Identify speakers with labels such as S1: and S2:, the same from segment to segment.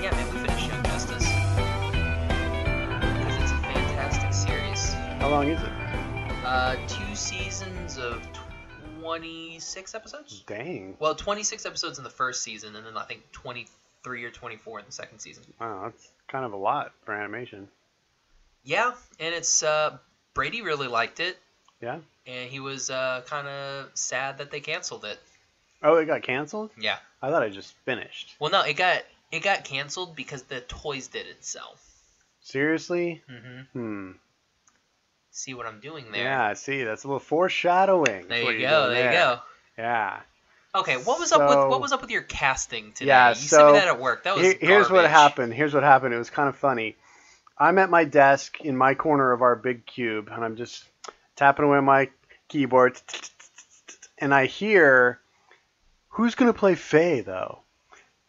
S1: Yeah, man, we finished Young Justice. Because it's a fantastic series.
S2: How long is it?
S1: Uh, two seasons of 26 episodes?
S2: Dang.
S1: Well, 26 episodes in the first season, and then I think 23 or 24 in the second season.
S2: Wow, that's kind of a lot for animation.
S1: Yeah, and it's, uh, Brady really liked it,
S2: Yeah.
S1: and he was, uh, kind of sad that they canceled it.
S2: Oh, it got canceled?
S1: Yeah.
S2: I thought it just finished.
S1: Well, no, it got, it got canceled because the toys didn't sell.
S2: Seriously?
S1: Mm-hmm.
S2: Hmm.
S1: See what I'm doing there?
S2: Yeah, I see. That's a little foreshadowing. is
S1: There
S2: what
S1: you
S2: you're
S1: go,
S2: doing
S1: there you go.
S2: Yeah.
S1: Okay, what was up with
S2: So-
S1: what was up with your casting today?
S2: Yeah,
S1: you sent
S2: so
S1: me that at work. That was
S2: Here- here's what
S1: garbage.
S2: happened. Here's what happened. It was kind of funny. I'm at my desk in my corner of our big cube, and I'm just tapping away on my keyboard, and I hear, "Who's gonna play Faye though?"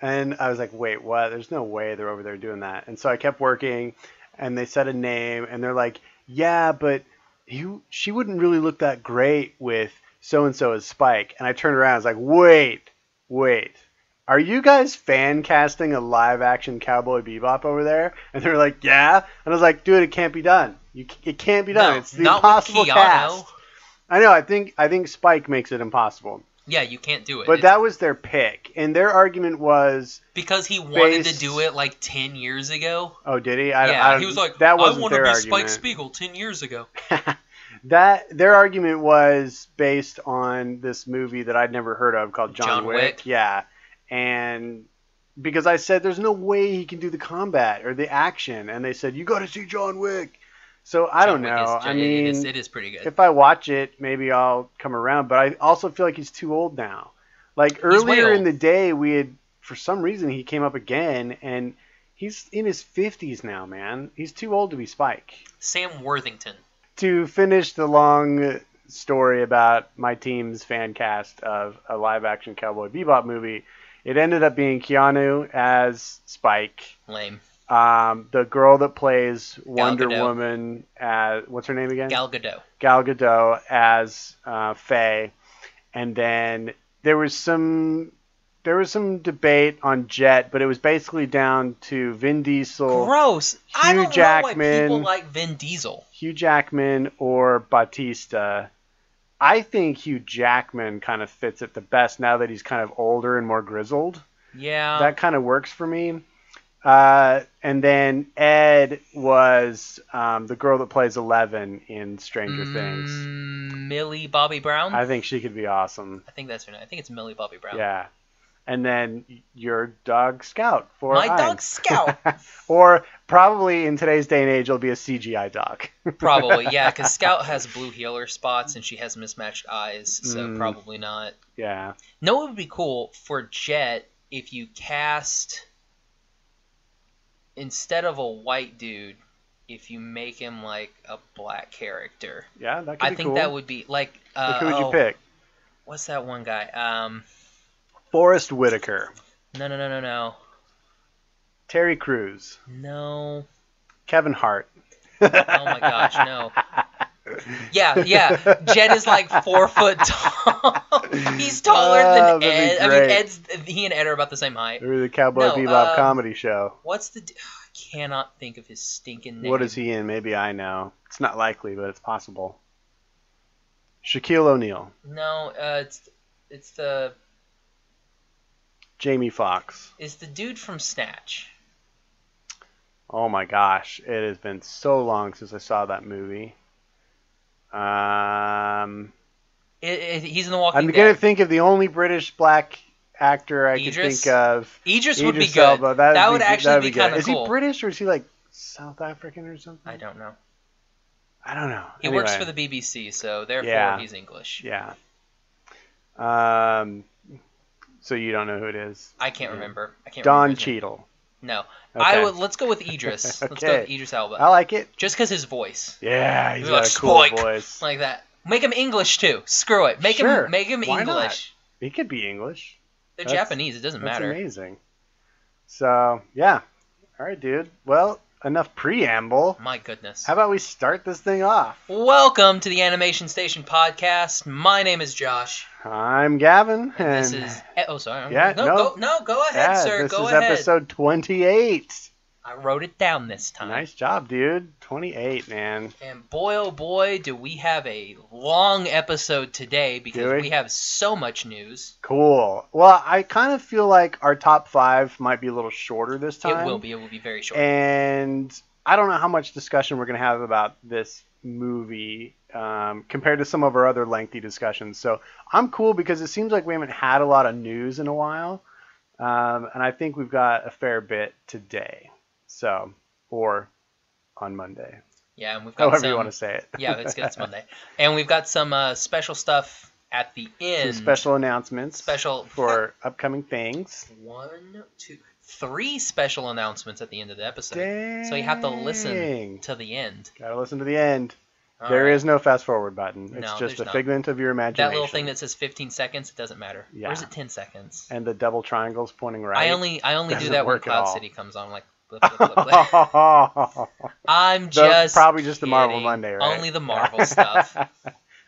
S2: And I was like, "Wait, what? There's no way they're over there doing that." And so I kept working, and they said a name, and they're like, "Yeah, but you, she wouldn't really look that great with so and so as Spike." And I turned around, I was like, "Wait, wait." are you guys fan casting a live action Cowboy Bebop over there? And they're like, yeah. And I was like, dude, it can't be done. You, c- it can't be done.
S1: No,
S2: it's the
S1: not with
S2: impossible
S1: Keanu.
S2: cast. I know. I think I think Spike makes it impossible.
S1: Yeah, you can't do it.
S2: But
S1: It's-
S2: that was their pick, and their argument was,
S1: because he wanted to
S2: based-
S1: do it like ten years ago.
S2: oh, did he? I,
S1: yeah,
S2: I,
S1: he was like,
S2: that
S1: I
S2: wasn't
S1: want to
S2: their
S1: be Spike
S2: argument.
S1: Spiegel ten years ago.
S2: that their argument was based on this movie that I'd never heard of called John,
S1: John
S2: Wick.
S1: Wick.
S2: Yeah, and because I said there's no way he can do the combat or the action, and they said you got to see John Wick. So I don't
S1: John Wick
S2: know.
S1: Is,
S2: I
S1: it
S2: mean,
S1: is, it is pretty good.
S2: if I watch it, maybe I'll come around. But I also feel like he's too old now. Like
S1: way
S2: earlier in
S1: old.
S2: the day, we had for some reason he came up again, and he's in his fifties now, man. He's too old to be Spike
S1: Sam Worthington.
S2: to finish the long story about my team's fan cast of a live action Cowboy Bebop movie, it ended up being Keanu as Spike,
S1: Lame.
S2: um, the girl that plays Wonder
S1: Gadot.
S2: Woman as what's her name again?
S1: Gal Gadot.
S2: Gal Gadot as uh, Faye, and then there was some there was some debate on Jet, but it was basically down to Vin Diesel.
S1: Gross. I
S2: Hugh
S1: don't know why
S2: Jackman.
S1: people like Vin Diesel.
S2: Hugh Jackman or Batista. I think Hugh Jackman kind of fits it the best now that he's kind of older and more grizzled.
S1: Yeah.
S2: that kind of works for me. Uh, and then Ed was um, the girl that plays Eleven in Stranger Things.
S1: Mm, Millie Bobby Brown.
S2: I think she could be awesome.
S1: I think that's her name. I think it's Millie Bobby Brown.
S2: Yeah. And then your dog Scout for
S1: My
S2: Ian.
S1: dog Scout.
S2: or probably in today's day and age, it'll be a CGI dog.
S1: Probably, yeah, because Scout has blue healer spots and she has mismatched eyes, so
S2: Mm.
S1: probably not.
S2: yeah.
S1: No, it would be cool for Jet if you cast instead of a white dude, if you make him like a black character.
S2: Yeah, that could
S1: I
S2: be
S1: think
S2: cool.
S1: that would be like. Uh,
S2: Like, who would you
S1: oh,
S2: pick?
S1: What's that one guy? Um,
S2: Forrest Whitaker,
S1: no, no, no, no, no,
S2: Terry Crews,
S1: no.
S2: Kevin Hart.
S1: Oh my gosh, no. Yeah, yeah. Jed is like four foot tall. He's taller
S2: Ah,
S1: than
S2: that'd be
S1: Ed. I mean,
S2: great.
S1: Ed's he and Ed are about the same height.
S2: Through the Cowboy
S1: No,
S2: Bebop
S1: um,
S2: comedy show.
S1: What's the? d- I cannot think of his stinking name.
S2: What is he in? Maybe I know. It's not likely, but it's possible. Shaquille O'Neal,
S1: No, uh, it's it's the
S2: Jamie Foxx.
S1: it's the dude from Snatch.
S2: Oh my gosh, it has been so long since I saw that movie. Um,
S1: It, it, he's in The Walking
S2: I'm
S1: Dead.
S2: gonna think of the only British black actor I can
S1: Idris?
S2: think of.
S1: Idris, would be
S2: Idris
S1: good.
S2: Elba. That'd
S1: That
S2: be-
S1: would actually
S2: that'd
S1: be,
S2: good.
S1: kind of
S2: Is
S1: cool.
S2: he British or is he like South African or something?
S1: I don't know.
S2: I don't know.
S1: He works
S2: Anyway,
S1: for the BBC, so therefore
S2: Yeah.
S1: he's English.
S2: yeah. Um, so you don't know who it is?
S1: I can't remember. I can't remember
S2: Don
S1: his name.
S2: Cheadle.
S1: No,
S2: Okay.
S1: I would. Let's go with Idris. Let's go with
S2: Okay.
S1: Idris Elba.
S2: I like it.
S1: Just because his voice,
S2: Yeah, he's
S1: He's
S2: got
S1: like,
S2: a cool
S1: "Spike."
S2: voice.
S1: like that. Make him English too. Screw it. Make
S2: Sure.
S1: him. Make him
S2: Why not?
S1: English.
S2: He could be English.
S1: They're
S2: That's-
S1: Japanese. It doesn't
S2: That's
S1: matter.
S2: amazing. So yeah, all right, dude. Well, enough preamble.
S1: My goodness.
S2: How about we start this thing off?
S1: Welcome to the Animation Station podcast. My name is Josh.
S2: I'm Gavin,
S1: And
S2: and
S1: this is. eh, Oh, sorry.
S2: Yeah,
S1: no,
S2: no.
S1: Go, no, go ahead,
S2: yeah,
S1: sir.
S2: this
S1: Go
S2: is
S1: ahead.
S2: episode 28.
S1: I wrote it down this time.
S2: Nice job, dude. 28, man.
S1: And boy, oh boy, do we have a long episode today because
S2: Do we?
S1: we have so much news.
S2: Cool. Well, I kind of feel like our top five might be a little shorter this time.
S1: It will be. It will be very short.
S2: And I don't know how much discussion we're going to have about this movie um, compared to some of our other lengthy discussions. So I'm cool because it seems like we haven't had a lot of news in a while. Um, and I think we've got a fair bit today. So, or on Monday,
S1: yeah, and we've got
S2: however
S1: some.
S2: you want to say it.
S1: yeah, it's, it's Monday, and we've got some uh, special stuff at the
S2: Some
S1: end.
S2: special announcements
S1: special
S2: for upcoming things.
S1: one, two, three special announcements at the end of the episode. So you have to
S2: Dang.
S1: listen to the end.
S2: Gotta listen to the end. There
S1: All
S2: is
S1: right.
S2: no fast forward button. It's
S1: No,
S2: just
S1: there's
S2: a
S1: not.
S2: figment of your imagination.
S1: that little thing that says 15 seconds. It doesn't matter.
S2: Yeah.
S1: Or is it 10 seconds?
S2: and the double triangles pointing right.
S1: I only I only do
S2: Doesn't
S1: that when
S2: work at
S1: Cloud
S2: all.
S1: City comes on. Like. blip, blip, blip, blip. I'm
S2: The-
S1: just
S2: probably just the Marvel
S1: kidding.
S2: Monday, right?
S1: Only the Marvel stuff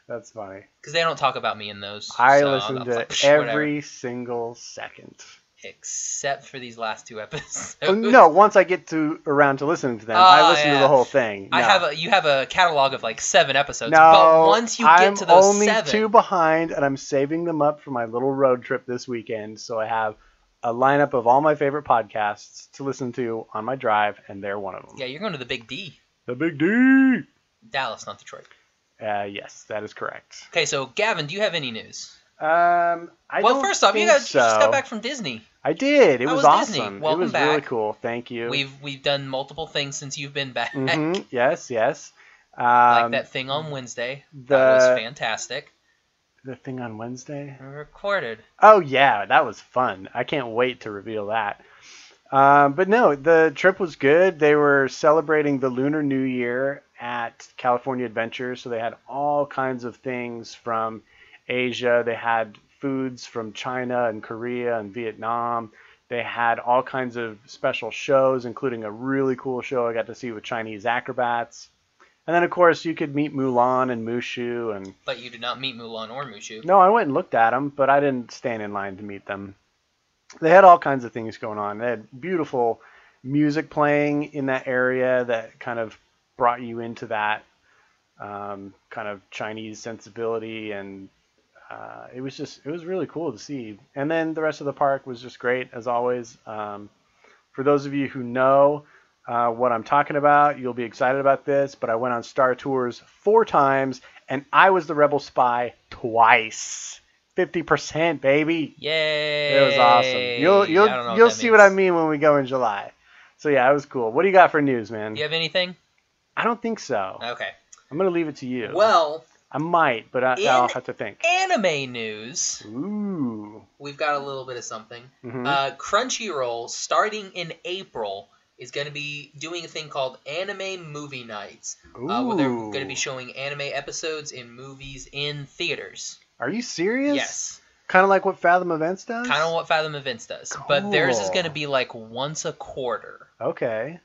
S2: That's funny.
S1: because they don't talk about me in those.
S2: I
S1: so
S2: listen
S1: I'm
S2: to
S1: like, "Psh,
S2: every
S1: whatever,"
S2: single second.
S1: except for these last two episodes.
S2: Oh, no, once I get to around to listening to them, I
S1: Oh,
S2: listen to
S1: yeah.
S2: the whole thing.
S1: I
S2: No.
S1: have a you have a catalog of like seven episodes.
S2: no,
S1: but once you get
S2: I'm
S1: to those
S2: only
S1: seven,
S2: two behind, and I'm saving them up for my little road trip this weekend. So I have a lineup of all my favorite podcasts to listen to on my drive, and they're one of them.
S1: yeah, you're going to the Big D,
S2: The Big D.
S1: Dallas, not Detroit.
S2: Uh, yes, that is correct.
S1: Okay, so Gavin, do you have any news?
S2: Um, I
S1: well,
S2: don't
S1: first off, you
S2: think
S1: guys you just
S2: so.
S1: got back from Disney.
S2: I did. It
S1: That
S2: was,
S1: was Disney.
S2: awesome.
S1: Welcome
S2: it was
S1: back.
S2: really cool. Thank you.
S1: We've we've done multiple things since you've been back.
S2: hmm Yes, yes. Um,
S1: like that thing on Wednesday. that
S2: the-
S1: was fantastic.
S2: the thing on Wednesday.
S1: We recorded.
S2: Oh yeah, that was fun. I can't wait to reveal that. Um, but no, the trip was good. They were celebrating the Lunar New Year at California Adventure, so they had all kinds of things from Asia. They had foods from China and Korea and Vietnam. They had all kinds of special shows, including a really cool show I got to see with Chinese acrobats. And then, of course, you could meet Mulan and Mushu and
S1: But you did not meet Mulan or Mushu.
S2: no, I went and looked at them, but I didn't stand in line to meet them. They had all kinds of things going on. They had beautiful music playing in that area that kind of brought you into that um, kind of Chinese sensibility, and uh, it was just it was really cool to see. And then the rest of the park was just great as always. Um, for those of you who know uh, what I'm talking about, you'll be excited about this. But I went on Star Tours four times, and I was the Rebel Spy twice. Fifty percent, baby.
S1: Yay!
S2: It was awesome. You'll
S1: I don't know
S2: you'll
S1: what
S2: you'll
S1: that
S2: see what I
S1: means.
S2: mean when we go in July. So yeah, it was cool. What do you got for news, man?
S1: Do you have anything?
S2: I don't think so.
S1: Okay.
S2: I'm gonna leave it to you.
S1: Uh, Well,
S2: I might, but I,
S1: In-
S2: I'll have to think.
S1: anime news.
S2: Ooh.
S1: We've got a little bit of something.
S2: Mhm.
S1: Uh, Crunchyroll, starting in April, is going to be doing a thing called Anime Movie Nights,
S2: Ooh.
S1: uh, where they're going to be showing anime episodes and movies in theaters.
S2: Are you serious?
S1: Yes.
S2: Kind of like what Fathom Events does.
S1: Kind of what Fathom Events does. But theirs is
S2: Cool.
S1: going to be like once a quarter.
S2: Okay.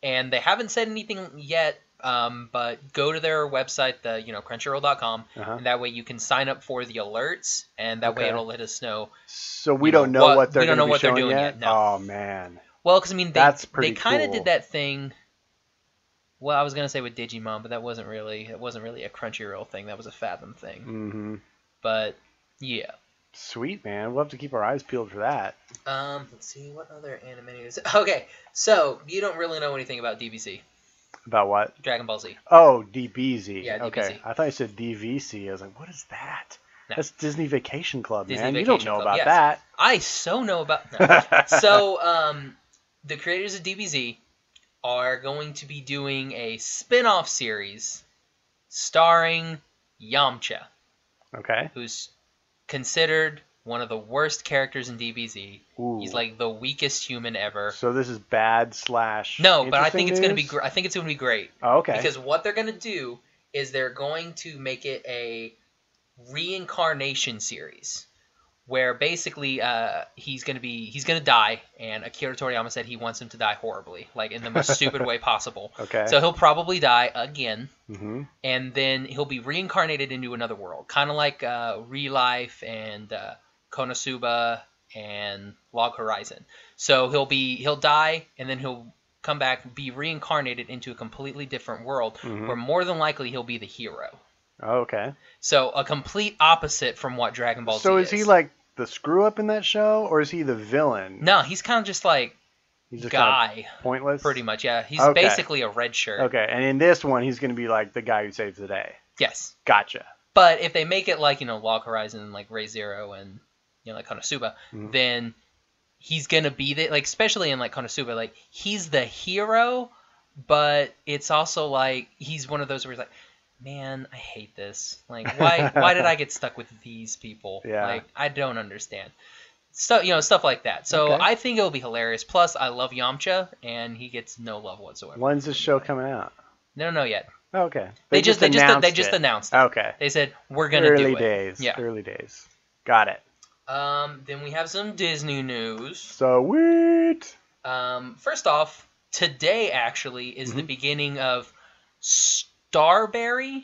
S1: and they haven't said anything yet. Um, but go to their website, the you know Crunchyroll.com,
S2: Uh-huh.
S1: and that way you can sign up for the alerts, and that
S2: Okay.
S1: way it'll let us know.
S2: So we
S1: You know,
S2: don't know what,
S1: what-
S2: they're
S1: we don't
S2: gonna
S1: know
S2: be
S1: what they're
S2: showing
S1: doing
S2: yet.
S1: yet, no.
S2: Oh man.
S1: Well, because I mean, they
S2: That's
S1: they
S2: pretty
S1: kind of
S2: cool.
S1: did that thing. Well, I was gonna say with Digimon, but that wasn't
S2: Mm.
S1: really it wasn't really a Crunchyroll thing. That was a Fathom thing.
S2: hmm
S1: But yeah,
S2: Mm-hmm. Sweet man, we'll have to keep our eyes peeled for that.
S1: Um, let's see what other anime is. Okay, so you don't really know anything about DBZ,
S2: About what?
S1: Dragon Ball Z.
S2: Oh, DBZ.
S1: Yeah,
S2: Okay,
S1: DBZ.
S2: I thought you said DVC. I was like, what is that?
S1: No.
S2: That's Disney Vacation Club,
S1: Disney
S2: man. you don't
S1: Vacation
S2: know
S1: Club,
S2: about
S1: yes.
S2: that.
S1: I so know about. No. so, um, the creators of DBZ are going to be doing a spin-off series starring Yamcha,
S2: okay.
S1: who's considered one of the worst characters in DBZ.
S2: Ooh.
S1: He's like the weakest human ever.
S2: So this is bad slash.
S1: No, but I think
S2: interesting
S1: it's gonna be.
S2: news?
S1: Gr- I think it's gonna be great.
S2: Oh, okay.
S1: Because what they're going to do is they're going to make it a reincarnation series where basically uh, he's going to be he's going to die and Akira Toriyama said he wants him to die horribly, like in the most stupid way possible.
S2: okay.
S1: So he'll probably die again
S2: hmm
S1: and then he'll be reincarnated into another world, kind of like uh, Relife and uh, Konosuba and Log Horizon. So he'll be he'll die and then he'll come back, be reincarnated into a completely different world,
S2: Mhm.
S1: where more than likely he'll be the hero.
S2: Oh, okay.
S1: So a complete opposite from what Dragon Ball
S2: So
S1: Z
S2: is he like the screw up in that show, or is he the villain?
S1: No, he's kind of just like
S2: he's just kinda
S1: guy,
S2: pointless.
S1: pretty much. Yeah, he's
S2: Okay.
S1: basically a red shirt.
S2: Okay, and in this one, he's going to be like the guy who saves the day.
S1: Yes.
S2: Gotcha.
S1: But if they make it like you know Log Horizon, like Ray Zero, and you know like Konosuba,
S2: Mhm.
S1: then he's gonna be the like especially in like Konosuba, like he's the hero, but it's also like he's one of those where he's like, man, I hate this. Like why why did I get stuck with these people?
S2: Yeah.
S1: Like I don't understand. So you know stuff like that. So
S2: Okay.
S1: I think it'll be hilarious. Plus I love Yamcha, and he gets no love whatsoever.
S2: When's this show coming out?
S1: No, no, yet.
S2: Oh, okay.
S1: They, just, they just they
S2: announced
S1: just
S2: it.
S1: announced. It.
S2: Okay.
S1: They said we're gonna
S2: Early
S1: do it.
S2: days.
S1: Yeah.
S2: Early days. Got it.
S1: Um, then we have some Disney news.
S2: Sweet.
S1: Um, first off, today actually is the
S2: Mhm.
S1: beginning of Starberry.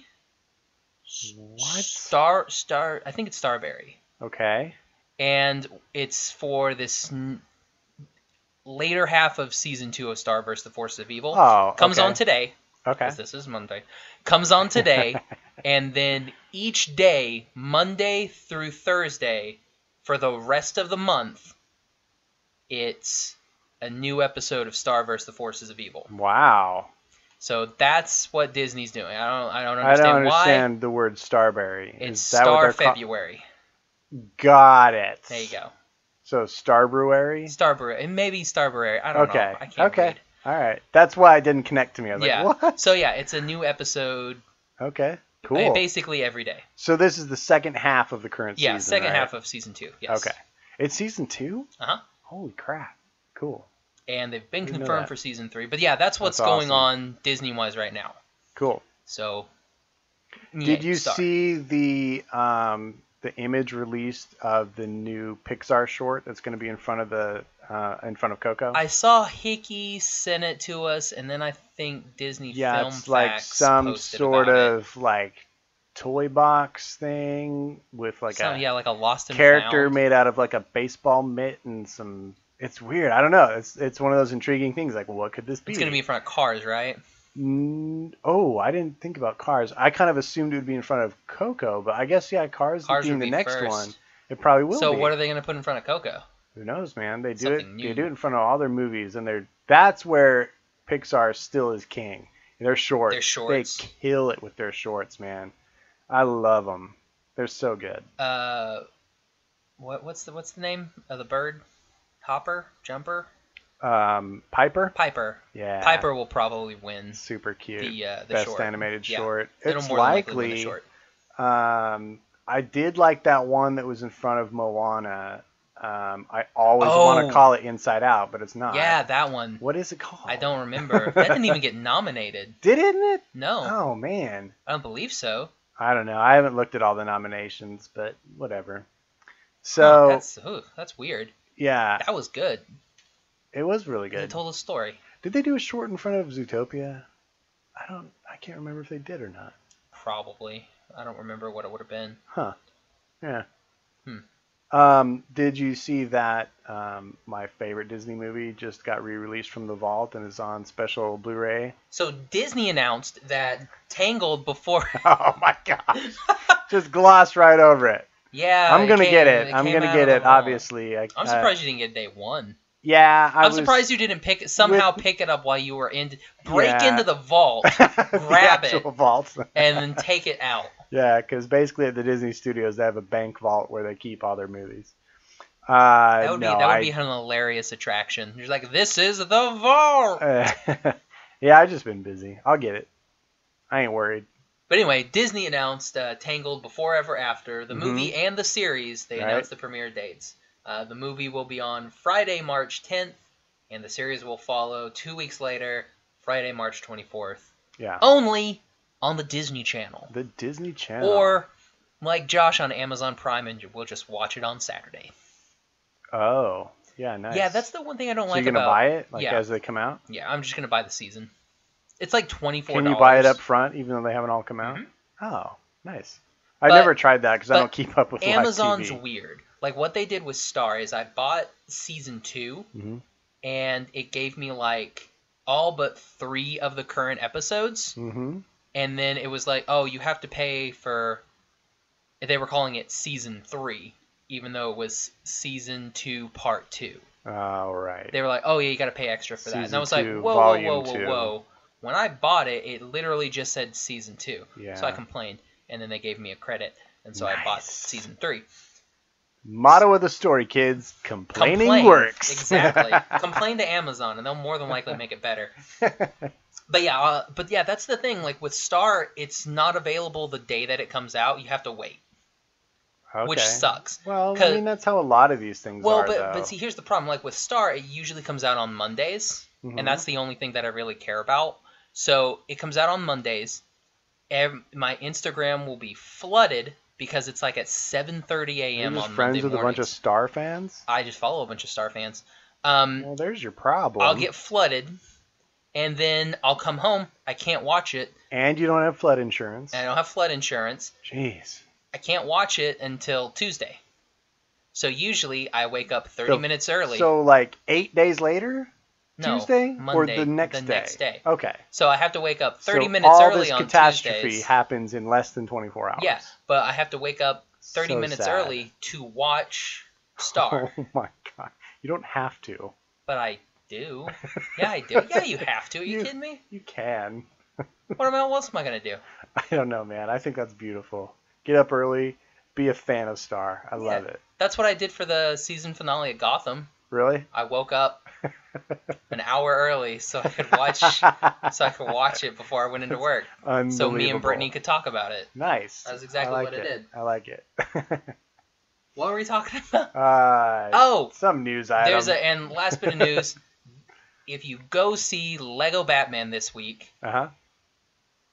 S2: What?
S1: Star Star? I think it's Starberry,
S2: Okay.
S1: and it's for this n- later half of season two of Star vs. the Forces of Evil.
S2: Oh,
S1: comes
S2: okay.
S1: on today.
S2: Okay.
S1: 'cause this is Monday. Comes on today, and then each day, Monday through Thursday, for the rest of the month, it's a new episode of Star vs. the Forces of Evil.
S2: Wow.
S1: So that's what Disney's doing. I don't, I don't
S2: I
S1: understand,
S2: don't
S1: why.
S2: understand the word Starberry.
S1: It's
S2: Is that what
S1: Star
S2: they're ca-
S1: February.
S2: Got it.
S1: There you go.
S2: So Starbrewery.
S1: Starbrew. It may be Starberry. I don't
S2: Okay.
S1: know. I can't
S2: okay.
S1: read.
S2: All right. That's why I didn't connect to me. I was
S1: Yeah.
S2: like, what?
S1: So yeah, it's a new episode
S2: Okay.
S1: uh,
S2: Cool.
S1: basically every day.
S2: So this is the second half of the current
S1: Yeah,
S2: season.
S1: second
S2: right?
S1: half of season two. Yes.
S2: Okay. It's season two.
S1: Uh-huh.
S2: Holy crap! Cool.
S1: and they've been
S2: Didn't know
S1: confirmed
S2: that.
S1: for season three. But yeah, that's what's
S2: That's
S1: going
S2: awesome.
S1: on Disney wise right now.
S2: Cool.
S1: So
S2: Did
S1: yeah,
S2: you
S1: sorry.
S2: see the um, the image released of the new Pixar short that's going to be in front of the uh, in front of Coco?
S1: I saw Hickey send it to us, and then I think Disney
S2: yeah,
S1: Film
S2: it's like
S1: Facts
S2: some
S1: posted
S2: sort
S1: about it.
S2: of like toy box thing with like
S1: Some-
S2: a
S1: yeah, like a Lost and
S2: character
S1: Found.
S2: made out of like a baseball mitt and some. It's weird. I don't know. It's it's one of those intriguing things. Like, what could this be?
S1: It's gonna be in front of Cars, right?
S2: Mm, oh, I didn't think about Cars. I kind of assumed it would be in front of Coco, but I guess yeah, Cars,
S1: Cars
S2: being
S1: would
S2: the
S1: be
S2: next
S1: first.
S2: one, it probably will
S1: so
S2: be.
S1: what are they gonna put in front of Coco?
S2: Who knows, man? They do it.
S1: Something
S2: They
S1: new.
S2: do it in front of all their movies, and they're that's where Pixar still is king. They're short.
S1: Their shorts.
S2: They kill it with their shorts, man. I love them. They're so good.
S1: Uh, what what's the what's the name of the bird? Hopper, jumper,
S2: Um, Piper.
S1: Piper.
S2: Yeah.
S1: Piper will probably win
S2: Super cute.
S1: the uh, the
S2: Best
S1: short.
S2: animated
S1: Yeah.
S2: short.
S1: It'll
S2: It's
S1: more than likely win the
S2: likely-
S1: short.
S2: Um, I did like that one that was in front of Moana. Um, I always
S1: Oh.
S2: want to call it Inside Out, but it's not.
S1: Yeah, that one.
S2: What is it called?
S1: I don't remember. that didn't even get nominated.
S2: Did it, didn't it?
S1: No,
S2: Oh man,
S1: I don't believe so.
S2: I don't know. I haven't looked at all the nominations, but whatever.
S1: Huh,
S2: So
S1: that's ooh, that's weird.
S2: yeah,
S1: That was good.
S2: it was really
S1: They
S2: good.
S1: told a story.
S2: Did they do a short in front of Zootopia? I don't. I can't remember if they did or not.
S1: Probably. I don't remember what it would have been.
S2: Huh. Yeah.
S1: Hmm.
S2: Um, did you see that um, my favorite Disney movie just got re-released from the vault and is on special Blu-ray?
S1: So Disney announced that Tangled before.
S2: Oh my gosh! just gloss right over it.
S1: Yeah,
S2: I'm gonna
S1: Uh, came-
S2: get it. I'm
S1: came
S2: gonna
S1: out
S2: get
S1: on
S2: it.
S1: the wall.
S2: Obviously, I,
S1: I'm
S2: I-
S1: surprised you didn't get day one.
S2: yeah, I
S1: I'm
S2: was,
S1: surprised you didn't pick somehow
S2: with-
S1: pick it up while you were in. Break
S2: Yeah.
S1: into the vault
S2: grab
S1: grab it.
S2: Vaults.
S1: and then take it out.
S2: Yeah, because basically at the Disney Studios they have a bank vault where they keep all their movies. Uh,
S1: That would
S2: no,
S1: be that would
S2: I,
S1: be an hilarious attraction. You're like, this is the vault.
S2: yeah, I've just been busy. I'll get it. I ain't worried.
S1: But anyway, Disney announced uh, Tangled Before Ever After, the
S2: Mhm.
S1: movie and the series. They
S2: Right.
S1: announced the premiere dates. Uh, the movie will be on Friday, March 10th, and the series will follow two weeks later, Friday, March 24th,
S2: Yeah,
S1: Oh. only on the Disney Channel.
S2: the Disney Channel.
S1: Or, like Josh on Amazon Prime, and we'll just watch it on Saturday.
S2: oh, yeah, nice.
S1: Yeah, that's the one thing I don't
S2: So
S1: like
S2: you're gonna
S1: about.
S2: buy it like
S1: yeah.
S2: as they come out?
S1: Yeah, I'm just gonna buy the season. It's like twenty four. Mm-hmm.
S2: Can you buy it up front even though they haven't all come out? Oh, nice. I
S1: But-
S2: never tried that because I
S1: but
S2: don't keep up with live
S1: Amazon's
S2: TV.
S1: weird. Like what they did with Star is I bought season 2
S2: Mhm.
S1: and it gave me like all but three of the current episodes,
S2: Mm-hmm.
S1: and then it was like, oh, you have to pay for. They were calling it season three, even though it was season two part two.
S2: All right.
S1: They were like, oh yeah, you got to pay extra for that, and
S2: Season
S1: I was like,
S2: two,
S1: whoa, whoa,
S2: volume
S1: whoa, whoa,
S2: two.
S1: whoa. When I bought it, it literally just said season two.
S2: yeah.
S1: So I complained, and then they gave me a credit, and so I bought
S2: Nice.
S1: season three.
S2: Motto of the story, kids: complaining
S1: Complain.
S2: works.
S1: exactly. Complain to Amazon, and they'll more than likely make it better. But yeah, uh, but yeah, that's the thing. Like with Star, it's not available the day that it comes out. You have to wait, which
S2: Okay.
S1: sucks.
S2: Well, I
S1: 'Cause-
S2: mean that's how a lot of these things
S1: Well,
S2: are.
S1: but
S2: though.
S1: but see, here's the problem. Like with Star, it usually comes out on Mondays,
S2: Mhm.
S1: and that's the only thing that I really care about. So it comes out on Mondays. Ev- my Instagram will be flooded because it's like at 7:30
S2: You're
S1: a.m.
S2: just
S1: on
S2: friends
S1: Monday
S2: with a bunch of
S1: mornings.
S2: Star fans.
S1: I just follow a bunch of Star fans. Um,
S2: Well, there's your problem.
S1: I'll get flooded, and then I'll come home. I can't watch it.
S2: And you don't have flood insurance.
S1: And I don't have flood insurance.
S2: Jeez.
S1: I can't watch it until Tuesday. So usually I wake up 30
S2: So-
S1: minutes early.
S2: So like eight days later,
S1: No,
S2: Tuesday
S1: Monday,
S2: or the next day.
S1: day.
S2: Okay.
S1: So I have to wake up 30
S2: so
S1: minutes
S2: all
S1: early
S2: this
S1: on
S2: catastrophe
S1: Tuesdays.
S2: happens in less than 24 hours.
S1: Yeah, but I have to wake up 30
S2: So
S1: minutes
S2: sad.
S1: early to watch Star.
S2: Oh my god. You don't have to.
S1: but I do. Yeah, I do. Yeah, you have to. Are you,
S2: You-
S1: kidding me?
S2: You can.
S1: What am I? What else am I gonna do?
S2: I don't know, man. I think that's beautiful. Get up early. Be a fan of Star. I love
S1: Yeah.
S2: it.
S1: That's what I did for the season finale of Gotham.
S2: Really?
S1: I woke up an hour early so I could watch so I could watch it before I went into work.
S2: Unbelievable.
S1: So me and Brittany could talk about it.
S2: Nice.
S1: That's exactly
S2: I like
S1: what I
S2: it.
S1: did.
S2: I like it.
S1: What were we talking about?
S2: uh,
S1: Oh,
S2: some news item.
S1: there's a and last bit of news. if you go see Lego Batman this week
S2: Uh-huh.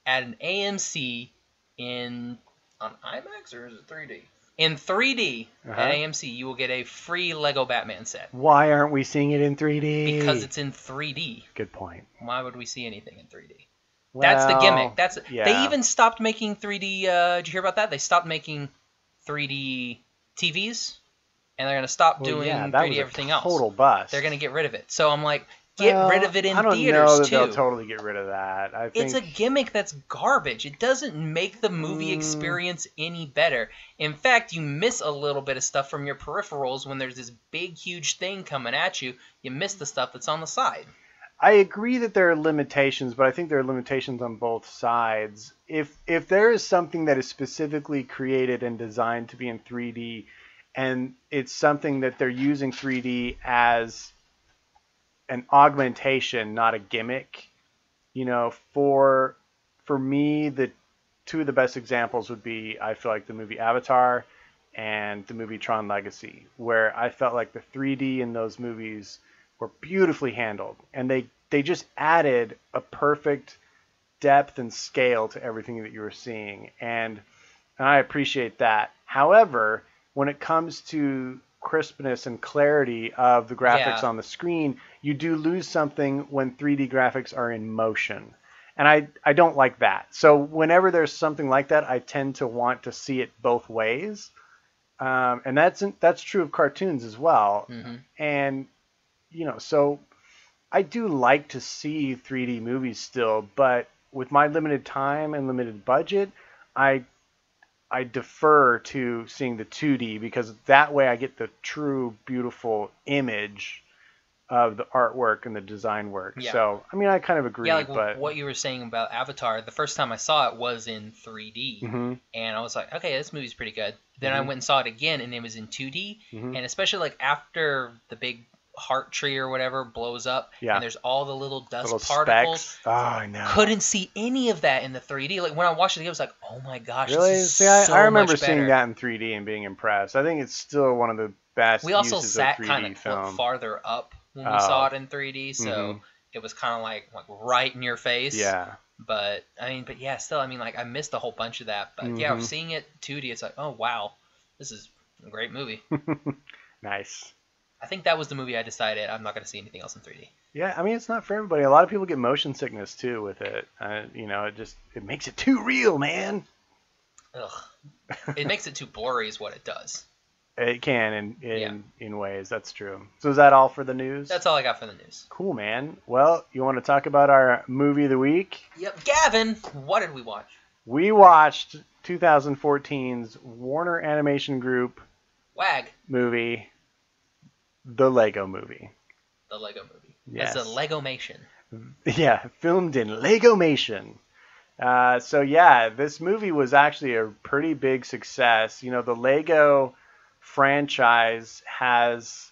S1: at an AMC in on IMAX or is it 3D? In 3D
S2: Uh-huh.
S1: at AMC, you will get a free Lego Batman set
S2: Why aren't we seeing it in 3D?
S1: because it's in 3D.
S2: good point.
S1: Why would we see anything in 3D? That's the gimmick. That's
S2: yeah.
S1: they even stopped making 3D. Uh, did you hear about that? They stopped making 3D TVs, and they're gonna stop
S2: Well,
S1: doing
S2: yeah, that
S1: 3D
S2: was a
S1: everything
S2: Total
S1: else.
S2: bust.
S1: They're gonna get rid of it. So I'm like, get
S2: Well,
S1: rid of it in
S2: I don't
S1: theaters
S2: know that
S1: too.
S2: They'll totally get rid of that. I think
S1: it's a gimmick that's garbage. It doesn't make the movie
S2: Mm.
S1: experience any better. In fact, you miss a little bit of stuff from your peripherals when there's this big, huge thing coming at you. You miss the stuff that's on the side.
S2: I agree that there are limitations, but I think there are limitations on both sides. If if there is something that is specifically created and designed to be in 3D, and it's something that they're using 3D as an augmentation, not a gimmick, you know, for for me, the two of the best examples would be I feel like the movie Avatar and the movie Tron Legacy, where I felt like the 3D in those movies were beautifully handled, and they they just added a perfect depth and scale to everything that you were seeing, and and I appreciate that. However, when it comes to crispness and clarity of the graphics
S1: Yeah.
S2: on the screen, you do lose something when 3D graphics are in motion. And I, I don't like that. So whenever there's something like that, I tend to want to see it both ways. Um, and that's that's true of cartoons as well.
S1: hmm
S2: And you know, so I do like to see 3D movies still, but with my limited time and limited budget, I I defer to seeing the 2D because that way I get the true beautiful image of the artwork and the design work.
S1: Yeah.
S2: So I mean I kind of agree,
S1: yeah, like w-
S2: but
S1: what you were saying about Avatar. The first time I saw it was in 3D,
S2: Mhm,
S1: and I was like, okay, this movie's pretty good. Then I
S2: Mhm.
S1: went and saw it again, and it was in 2D,
S2: mhm.
S1: and especially like after the big heart tree or whatever blows up,
S2: Yeah.
S1: and there's all the little dust
S2: little
S1: particles.
S2: specs. Oh, I know.
S1: Couldn't see any of that in the 3D. Like when I watched it, again, I was like, oh my gosh,
S2: really?
S1: this is
S2: See, I,
S1: so
S2: I remember
S1: much
S2: seeing
S1: better.
S2: that in 3D and being impressed. I think it's still one of the best
S1: We also
S2: uses
S1: sat
S2: of 3D
S1: kind of
S2: film.
S1: farther up when we
S2: Oh.
S1: saw it in 3D, so
S2: Mhm.
S1: it was kind of like like right in your face.
S2: Yeah.
S1: But I mean, but yeah, still, I mean, like I missed a whole bunch of that. But yeah,
S2: Mhm.
S1: seeing it 2D, it's like, oh wow, this is a great movie.
S2: Nice.
S1: I think that was the movie I decided I'm not going to see anything else in 3D.
S2: Yeah, I mean it's not for everybody. A lot of people get motion sickness too with it. Uh, you know, it just it makes it too real, man.
S1: Ugh, it makes it too blurry, is what it does.
S2: It can in in,
S1: Yeah.
S2: in ways. That's true. So is that all for the news?
S1: That's all I got for the news.
S2: cool, man. Well, you want to talk about our movie of the week?
S1: Yep, Gavin, what did we watch?
S2: We watched 2014's Warner Animation Group
S1: Wag,
S2: movie, The Lego Movie.
S1: the Lego Movie.
S2: Yes.
S1: It's a Legomation.
S2: Yeah, filmed in Legomation. Uh, so yeah, this movie was actually a pretty big success. You know, the Lego franchise has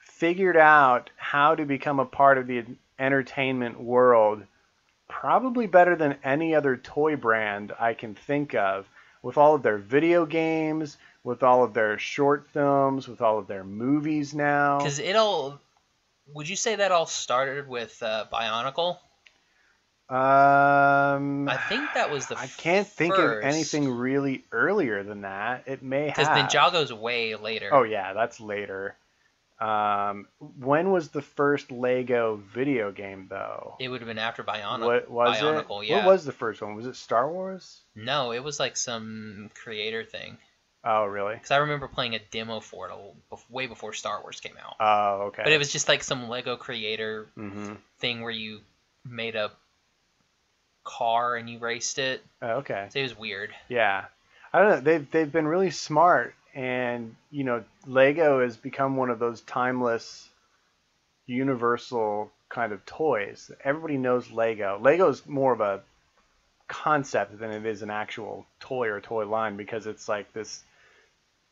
S2: figured out how to become a part of the entertainment world probably better than any other toy brand I can think of with all of their video games, with all of their short films, with all of their movies now.
S1: Because it all, would you say that all started with uh, Bionicle?
S2: Um,
S1: I think that was the
S2: I can't think of
S1: first.
S2: anything really earlier than that. It may have.
S1: Because Ninjago's way later.
S2: Oh yeah, that's later. Um, when was the first Lego video game though?
S1: It would have been after Bionicle.
S2: what was
S1: Bionicle,
S2: it?
S1: yeah.
S2: What was the first one? Was it Star Wars?
S1: No, it was like some creator thing.
S2: Oh really?
S1: Because I remember playing a demo for it a, l- bef- way before Star Wars came out.
S2: Oh okay.
S1: But it was just like some Lego creator
S2: hmm
S1: thing where you made a car and you raced it.
S2: Oh, okay.
S1: So it was weird.
S2: Yeah. I don't know. They've they've been really smart and you know, Lego has become one of those timeless universal kind of toys. Everybody knows Lego. Lego's more of a concept than it is an actual toy or toy line because it's like this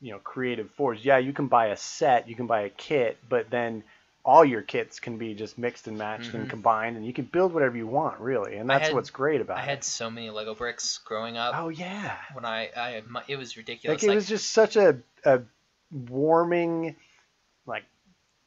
S2: you know, creative force. Yeah, you can buy a set, you can buy a kit, but then all your kits can be just mixed and matched and
S1: Mhm.
S2: combined and you can build whatever you want, really. And
S1: I
S2: that's
S1: had-
S2: what's great about
S1: I had
S2: it.
S1: so many Lego bricks growing up.
S2: Oh yeah.
S1: When I, I my, it was ridiculous.
S2: like it was just such a, a warming like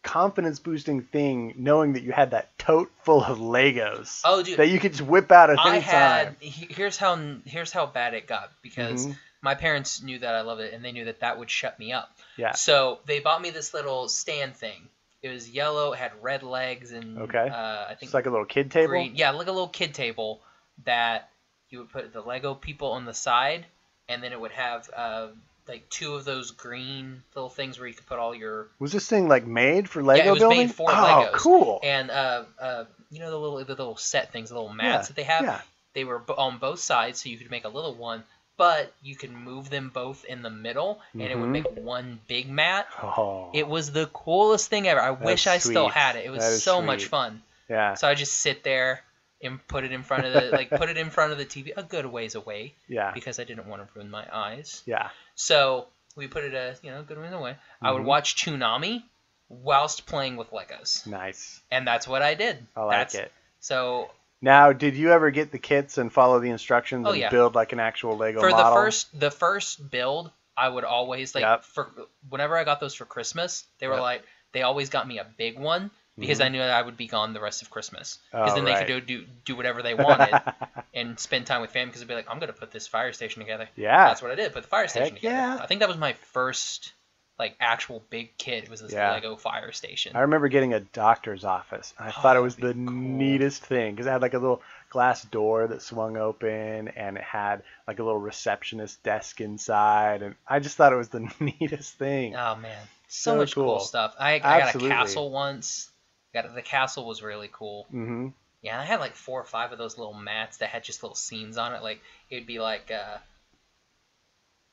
S2: confidence boosting thing knowing that you had that tote full of legos
S1: oh, dude,
S2: that you could just whip out at
S1: I
S2: any
S1: had
S2: time
S1: he- here's how here's how bad it got because
S2: Mhm.
S1: my parents knew that I loved it and they knew that that would shut me up.
S2: yeah
S1: So they bought me this little stand thing. It was yellow, it had red legs, and
S2: Okay.
S1: uh, I think
S2: it's like a little kid table
S1: green. Yeah, like a little kid table that you would put the Lego people on the side, and then it would have uh, like two of those green little things where you could put all your
S2: was this thing like made for lego
S1: yeah, it was
S2: building
S1: made for
S2: oh
S1: Legos.
S2: cool
S1: And uh, uh, you know the little the little set things, the little
S2: yeah.
S1: mats that they have.
S2: yeah
S1: They were bo- on both sides, so you could make a little one, but you could move them both in the middle, and it would
S2: Mhm.
S1: make one big mat.
S2: oh
S1: It was the coolest thing ever. I wish I
S2: That's
S1: still
S2: sweet.
S1: had it. It
S2: That
S1: was
S2: is
S1: so much
S2: sweet.
S1: fun.
S2: yeah
S1: So I just sit there and put it in front of the like put it in front of the TV a good ways away
S2: yeah
S1: because I didn't want to ruin my eyes.
S2: yeah
S1: So we put it a you know good ways away. I would
S2: Mhm.
S1: watch Toonami whilst playing with Legos,
S2: nice
S1: and that's what I did.
S2: i like
S1: That's-
S2: it
S1: So
S2: now did you ever get the kits and follow the instructions
S1: Oh,
S2: and
S1: yeah.
S2: build like an actual lego
S1: for
S2: model
S1: the first the first build, I would always like
S2: Yep.
S1: for whenever I got those for Christmas, they were
S2: Yep. Mm-hmm.
S1: like they always got me a big one because I knew that I would be gone the rest of Christmas because
S2: Oh,
S1: then they could
S2: right.
S1: do, do do whatever they wanted and spend time with family because it'd be like I'm gonna put this fire station together.
S2: yeah
S1: That's what I did. Put the fire station together.
S2: yeah.
S1: I think that was my first like actual big kid was this
S2: Yeah.
S1: Lego fire station.
S2: I remember getting a doctor's office. and I thought it
S1: Oh,
S2: was the
S1: that'd be cool.
S2: neatest thing because it had like a little glass door that swung open and it had like a little receptionist desk inside. And I just thought it was the neatest thing.
S1: oh man, so,
S2: So
S1: much cool.
S2: cool.
S1: stuff. I, I got a
S2: Absolutely.
S1: castle once. Got the castle was really cool.
S2: hmm
S1: Yeah, I had like four or five of those little mats that had just little scenes on it. Like it'd be like uh,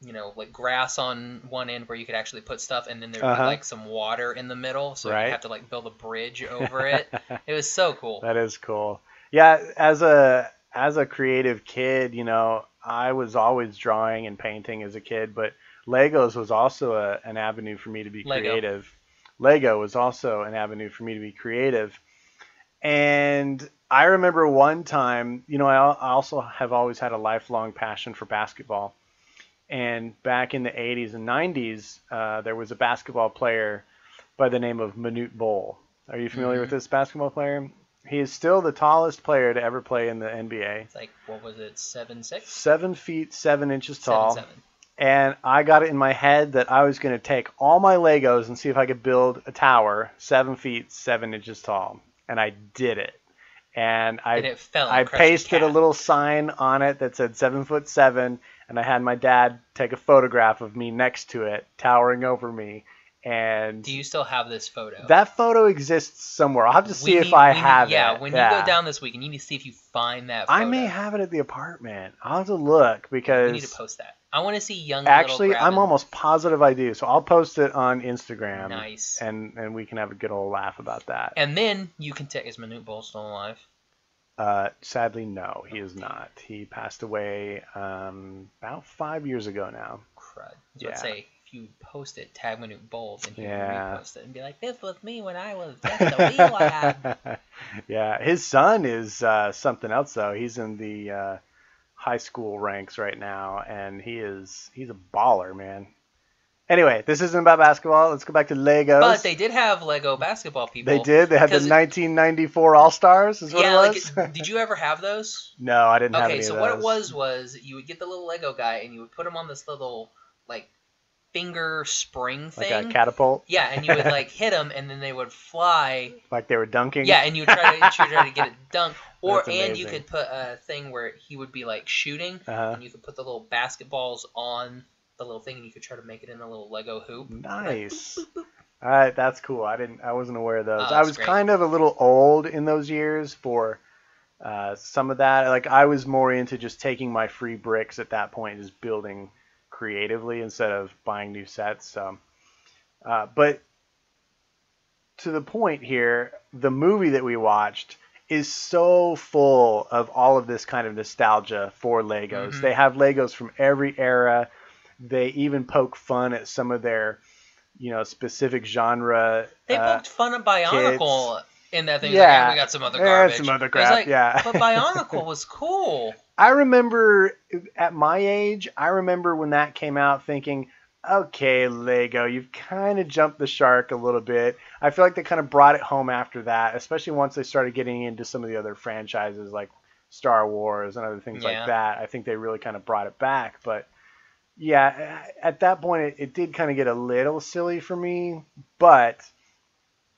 S1: you know like grass on one end where you could actually put stuff, and then there'd
S2: Uh-huh.
S1: be like some water in the middle, so
S2: Right.
S1: you have to like build a bridge over it. it was so cool.
S2: That is cool. Yeah, as a as a creative kid, you know, I was always drawing and painting as a kid, but Legos was also a, an avenue for me to be
S1: Lego.
S2: creative. Lego was also an avenue for me to be creative. And I remember one time, you know, I, al- I also have always had a lifelong passion for basketball. And back in the 80s and 90s, uh, there was a basketball player by the name of Manute Bol. Are you familiar
S1: Mm-hmm.
S2: with this basketball player? He is still the tallest player to ever play in the NBA.
S1: It's like what was it, seven six?
S2: Seven feet, seven inches tall.
S1: Seven seven.
S2: And I got it in my head that I was going to take all my Legos and see if I could build a tower seven feet, seven inches tall. And I did it. And I
S1: and it fell. and
S2: I
S1: crushed the
S2: pasted a
S1: cat.
S2: little sign on it that said seven foot seven, and I had my dad take a photograph of me next to it, towering over me. And
S1: Do you still have this photo?
S2: that photo exists somewhere. I'll have to
S1: We
S2: see if
S1: need-
S2: I
S1: we need-
S2: have
S1: yeah,
S2: it.
S1: when you go down this week, and you need to see if you find that. Photo.
S2: I may have it at the apartment. I'll have to look because
S1: You need to post that. I want to see young. little
S2: actually, I'm
S1: Graben.
S2: almost positive I do. So I'll post it on Instagram.
S1: Nice.
S2: And and we can have a good old laugh about that.
S1: And then you can take. Is Manute Bol still alive?
S2: Uh, sadly, no, he is not. He passed away um, about five years ago now.
S1: Crud. I would
S2: Yeah.
S1: say if you post it, tag Manute Bol, and he would
S2: Yeah.
S1: repost it and be like, "This was me when I was just a wee lad."
S2: yeah, his son is uh, something else though. He's in the uh, high school ranks right now, and he is he's a baller, man. Anyway, this isn't about basketball. Let's go back to Legos.
S1: But they did have Lego basketball people.
S2: They did. They had the
S1: 'Cause-
S2: 1994 All Stars. Is what
S1: Yeah,
S2: it was.
S1: like, did you ever have those?
S2: no, I didn't have any
S1: Okay, so
S2: of
S1: what it
S2: those.
S1: was was you would get the little Lego guy and you would put him on this little like finger spring
S2: like
S1: thing.
S2: a catapult,
S1: Yeah, and you would like hit them, and then they would fly.
S2: like they were dunking.
S1: Yeah, and you would try to, you would try to get it dunked. Or
S2: That's
S1: and you
S2: amazing.
S1: could put a thing where he would be like shooting,
S2: Uh-huh.
S1: and you could put the little basketballs on the little thing, and you could try to make it in a little Lego hoop.
S2: Nice. All right, that's cool. I didn't. I wasn't aware of those.
S1: Oh,
S2: I
S1: that's
S2: was
S1: great.
S2: kind of a little old in those years for uh, some of that. Like I was more into just taking my free bricks at that point, just building creatively instead of buying new sets. So, uh, but to the point here, the movie that we watched is so full of all of this kind of nostalgia for Legos.
S1: Mhm.
S2: They have Legos from every era. They even poke fun at some of their, you know, specific genre.
S1: They
S2: uh,
S1: poked fun at Bionicle in that thing.
S2: Yeah.
S1: Yeah, we got some other
S2: Yeah,
S1: garbage.
S2: some other
S1: It was
S2: crap,
S1: like,
S2: yeah.
S1: but Bionicle was cool.
S2: I remember at my age, I remember when that came out thinking, okay, Lego, you've kind of jumped the shark a little bit. I feel like they kind of brought it home after that, especially once they started getting into some of the other franchises like Star Wars and other things
S1: Yeah.
S2: like that. I think they really kind of brought it back. But yeah, at that point, it, it did kind of get a little silly for me. But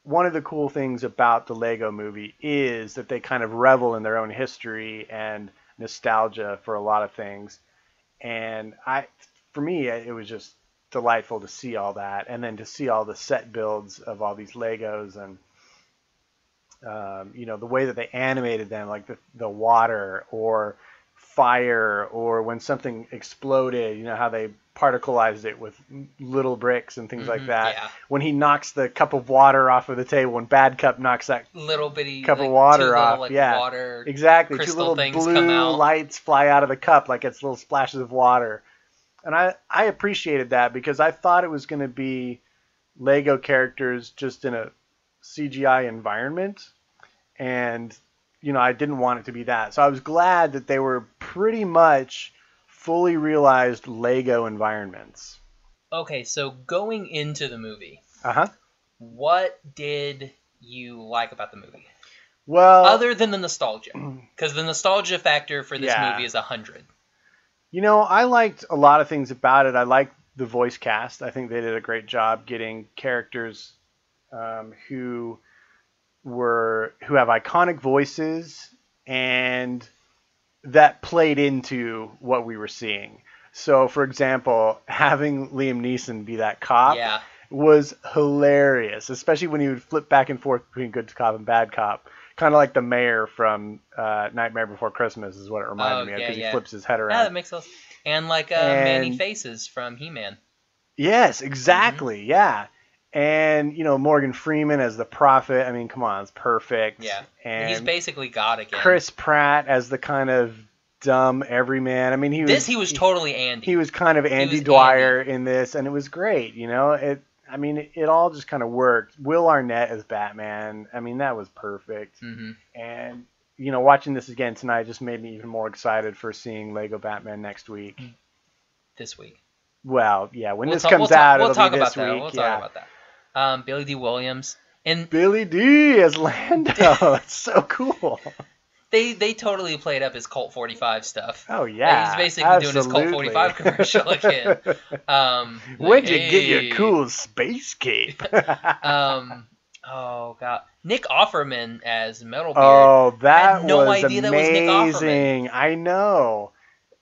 S2: one of the cool things about the Lego movie is that they kind of revel in their own history and nostalgia for a lot of things. And I, for me, it was just delightful to see all that, and then to see all the set builds of all these Legos and um, you know the way that they animated them, like the the water or fire or when something exploded, you know how they particleized it with little bricks and things like
S1: Mhm,
S2: that
S1: yeah.
S2: when he knocks the cup of water off of the table and bad cup knocks that
S1: Little bitty
S2: Cup of
S1: like, two
S2: water
S1: little,
S2: off,
S1: like,
S2: yeah.
S1: water
S2: exactly two
S1: Crystal
S2: little
S1: things
S2: blue
S1: come out.
S2: lights fly out of the cup like it's little splashes of water and i i appreciated that because i thought it was going to be lego characters just in a cgi environment and you know i didn't want it to be that so i was glad that they were pretty much fully realized lego environments
S1: Okay, so going into the movie,
S2: uh-huh
S1: what did you like about the movie?
S2: well
S1: Other than the nostalgia. Because the nostalgia factor for this
S2: Yeah.
S1: movie is 100.
S2: You know, I liked a lot of things about it. I liked the voice cast. I think they did a great job getting characters um, who were who have iconic voices and that played into what we were seeing. So, for example, having Liam Neeson be that cop
S1: Yeah.
S2: was hilarious, especially when he would flip back and forth between good cop and bad cop. kind of like the mayor from uh, Nightmare Before Christmas is what it reminded
S1: Oh,
S2: me of
S1: yeah,
S2: because
S1: yeah.
S2: he flips his head around.
S1: Yeah, that makes sense. And like uh, Manny
S2: And-
S1: Faces from He Man. Mm-hmm.
S2: Yes, exactly. Yeah. And, you know, Morgan Freeman as the prophet. I mean, come on, it's perfect.
S1: Yeah.
S2: And
S1: He's basically God again.
S2: Chris Pratt as the kind of dumb everyman. I mean, he was
S1: this he was totally Andy.
S2: he was kind of Andy
S1: was
S2: Dwyer in this and it was great, you know? It I mean, it, it all just kind of worked. Will Arnett as Batman. I mean, that was perfect.
S1: Mhm.
S2: And you know, watching this again tonight just made me even more excited for seeing Lego Batman next week.
S1: This week.
S2: Well, yeah, when
S1: Mm. We'll
S2: this
S1: talk-
S2: comes
S1: we'll talk-
S2: out,
S1: we'll
S2: it'll
S1: talk
S2: be
S1: about
S2: this
S1: that.
S2: week.
S1: We'll
S2: yeah.
S1: talk about that. Um, Billy D. Williams. And
S2: Billy D as Lando. That's so cool.
S1: they they totally played up his Colt 45 stuff.
S2: Oh yeah.
S1: he's basically doing his Colt 45
S2: absolutely.
S1: commercial again. Um,
S2: When'd
S1: like,
S2: you get
S1: hey.
S2: your cool space cape?
S1: Um, oh god, Nick Offerman as Metal
S2: oh, that
S1: Had no
S2: was
S1: idea that was Nick Offerman.
S2: amazing. I know.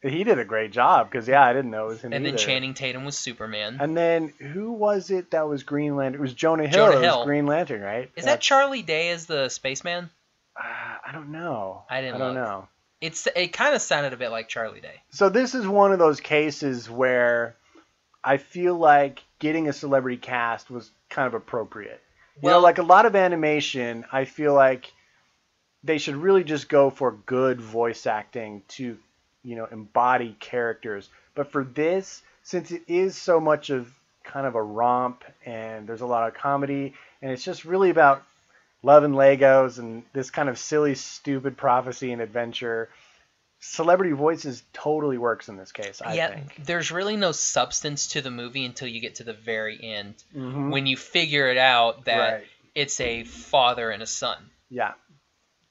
S2: He did a great job because yeah, I didn't know it was him
S1: and then
S2: either.
S1: Channing Tatum was Superman.
S2: And then who was it that was Green Lantern? It was Jonah Hill.
S1: Jonah
S2: that
S1: Hill.
S2: was Green Lantern, right?
S1: Is that Charlie Day as the spaceman?
S2: Uh, I don't know.
S1: I didn't
S2: I don't
S1: look.
S2: know.
S1: It's it kind of sounded a bit like Charlie Day.
S2: So this is one of those cases where I feel like getting a celebrity cast was kind of appropriate. you know,
S1: Well-
S2: like a lot of animation, I feel like they should really just go for good voice acting to, you know, embody characters. But for this, since it is so much of kind of a romp and there's a lot of comedy and it's just really about love and Legos and this kind of silly, stupid prophecy and adventure. Celebrity voices totally works in this case, I
S1: yeah,
S2: think.
S1: there's really no substance to the movie until you get to the very end
S2: Mhm.
S1: when you figure it out that
S2: Right.
S1: it's a father and a son.
S2: Yeah.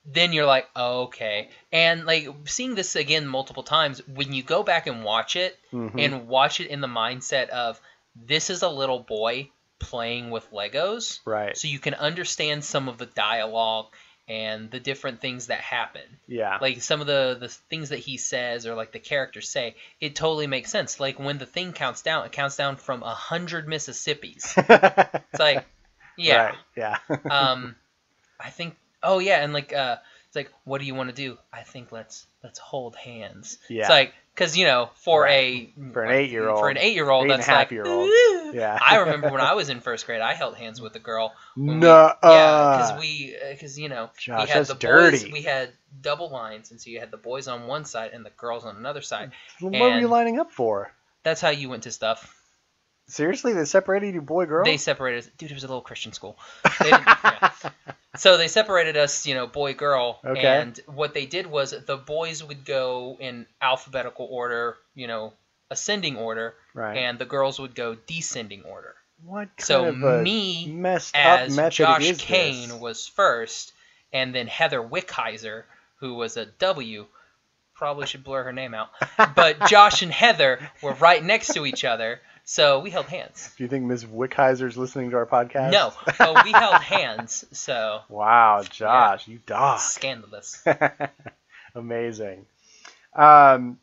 S1: then you're like, oh, okay. And like seeing this again multiple times, when you go back and watch it
S2: Mhm.
S1: and watch it in the mindset of this is a little boy playing with Legos.
S2: Right.
S1: So you can understand some of the dialogue and the different things that happen.
S2: Yeah.
S1: Like some of the, the things that he says or like the characters say, it totally makes sense. Like when the thing counts down, it counts down from a hundred Mississippis. It's like, yeah,
S2: Right. Yeah.
S1: um i think oh yeah and like uh it's like what do you want to do i think let's let's hold hands
S2: Yeah.
S1: it's like because you know for a
S2: For an eight-year-old.
S1: for an eight year old
S2: Eight and a
S1: that's
S2: half
S1: like
S2: year old.
S1: "Ooh."
S2: Yeah.
S1: i remember when i was in first grade i held hands with a girl when we-
S2: Nuh-uh.
S1: yeah because we because you know
S2: Josh,
S1: we had
S2: that's
S1: the
S2: dirty.
S1: boys we had double lines and so you had the boys on one side and the girls on another side
S2: What were you
S1: and-
S2: lining up for?
S1: that's how you went to stuff
S2: Seriously, they separated you, boy, girl.
S1: They separated us. Dude, it was a little Christian school. They didn't- yeah. So they separated us, you know, boy, girl.
S2: Okay.
S1: And what they did was the boys would go in alphabetical order, you know, ascending order,
S2: right.
S1: and the girls would go descending order.
S2: what kind
S1: so
S2: of a
S1: me
S2: messed up
S1: As
S2: method
S1: Josh
S2: is
S1: Kane
S2: this?
S1: was first, and then Heather Wickheiser, who was a W, probably should blur her name out, but Josh and Heather were right next to each other, so we held hands.
S2: Do you think Ms. Wickheiser's listening to our podcast?
S1: No, but we held hands, so
S2: Wow, Josh, you dog.
S1: scandalous.
S2: Amazing. Um,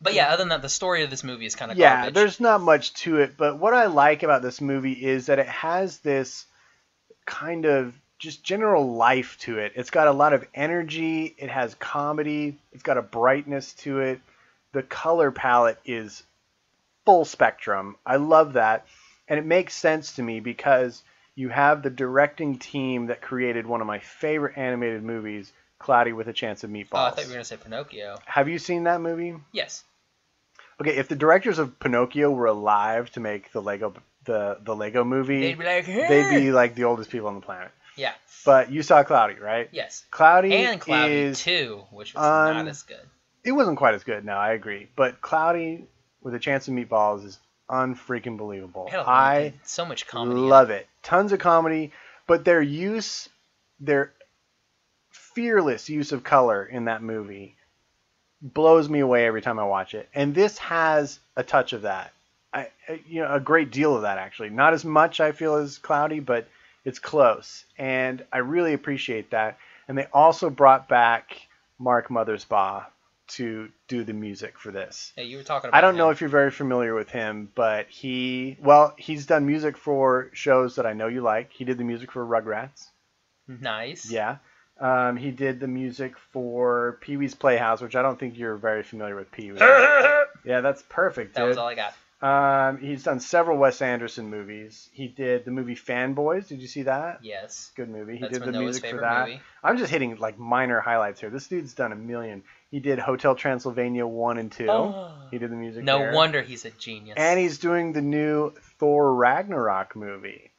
S1: But yeah, other than that, the story of this movie is kind of
S2: yeah,
S1: garbage.
S2: there's not much to it, but what I like about this movie is that it has this kind of just general life to it. It's got a lot of energy, it has comedy, it's got a brightness to it. The color palette is full spectrum. I love that. And it makes sense to me because you have the directing team that created one of my favorite animated movies, Cloudy with a Chance of
S1: Oh, I
S2: Meatballs.
S1: thought you were gonna say Pinocchio.
S2: Have you seen that movie?
S1: Yes,
S2: Okay, if the directors of Pinocchio were alive to make the Lego the the Lego movie,
S1: they'd be like,
S2: they'd be like the oldest people on the planet.
S1: yeah,
S2: But you saw Cloudy, right?
S1: yes,
S2: Cloudy
S1: and Cloudy
S2: is
S1: too, which was
S2: un-
S1: not as good.
S2: it wasn't quite as good. No, I agree. But Cloudy with a chance of meatballs is unfreaking believable.
S1: It had a lot of
S2: I
S1: good- so much comedy. in it.
S2: Love it. Tons of comedy, but their use, their fearless use of color in that movie blows me away every time I watch it. And this has a touch of that. I, I- you know, a great deal of that actually. Not as much I feel as cloudy, but it's close, and I really appreciate that. And they also brought back Mark Mothersbaugh to do the music for this.
S1: Yeah, you were talking about.
S2: I don't know
S1: him.
S2: if you're very familiar with him, but he well, he's done music for shows that I know you like. He did the music for Rugrats.
S1: nice.
S2: Yeah. Um, he did the music for Pee Wee's Playhouse, which I don't think you're very familiar with Pee Wee.
S1: that
S2: yeah, that's perfect, dude.
S1: was all I got.
S2: Um, he's done several Wes Anderson movies. He did the movie Fanboys. Did you see that?
S1: Yes.
S2: Good movie. He
S1: That's
S2: did the
S1: Manoa's
S2: music for
S1: favorite
S2: that.
S1: movie.
S2: I'm just hitting like minor highlights here. This dude's done a million. He did Hotel Transylvania one and two.
S1: Oh.
S2: He did the music.
S1: No
S2: there.
S1: wonder he's a genius.
S2: And he's doing the new Thor Ragnarok movie.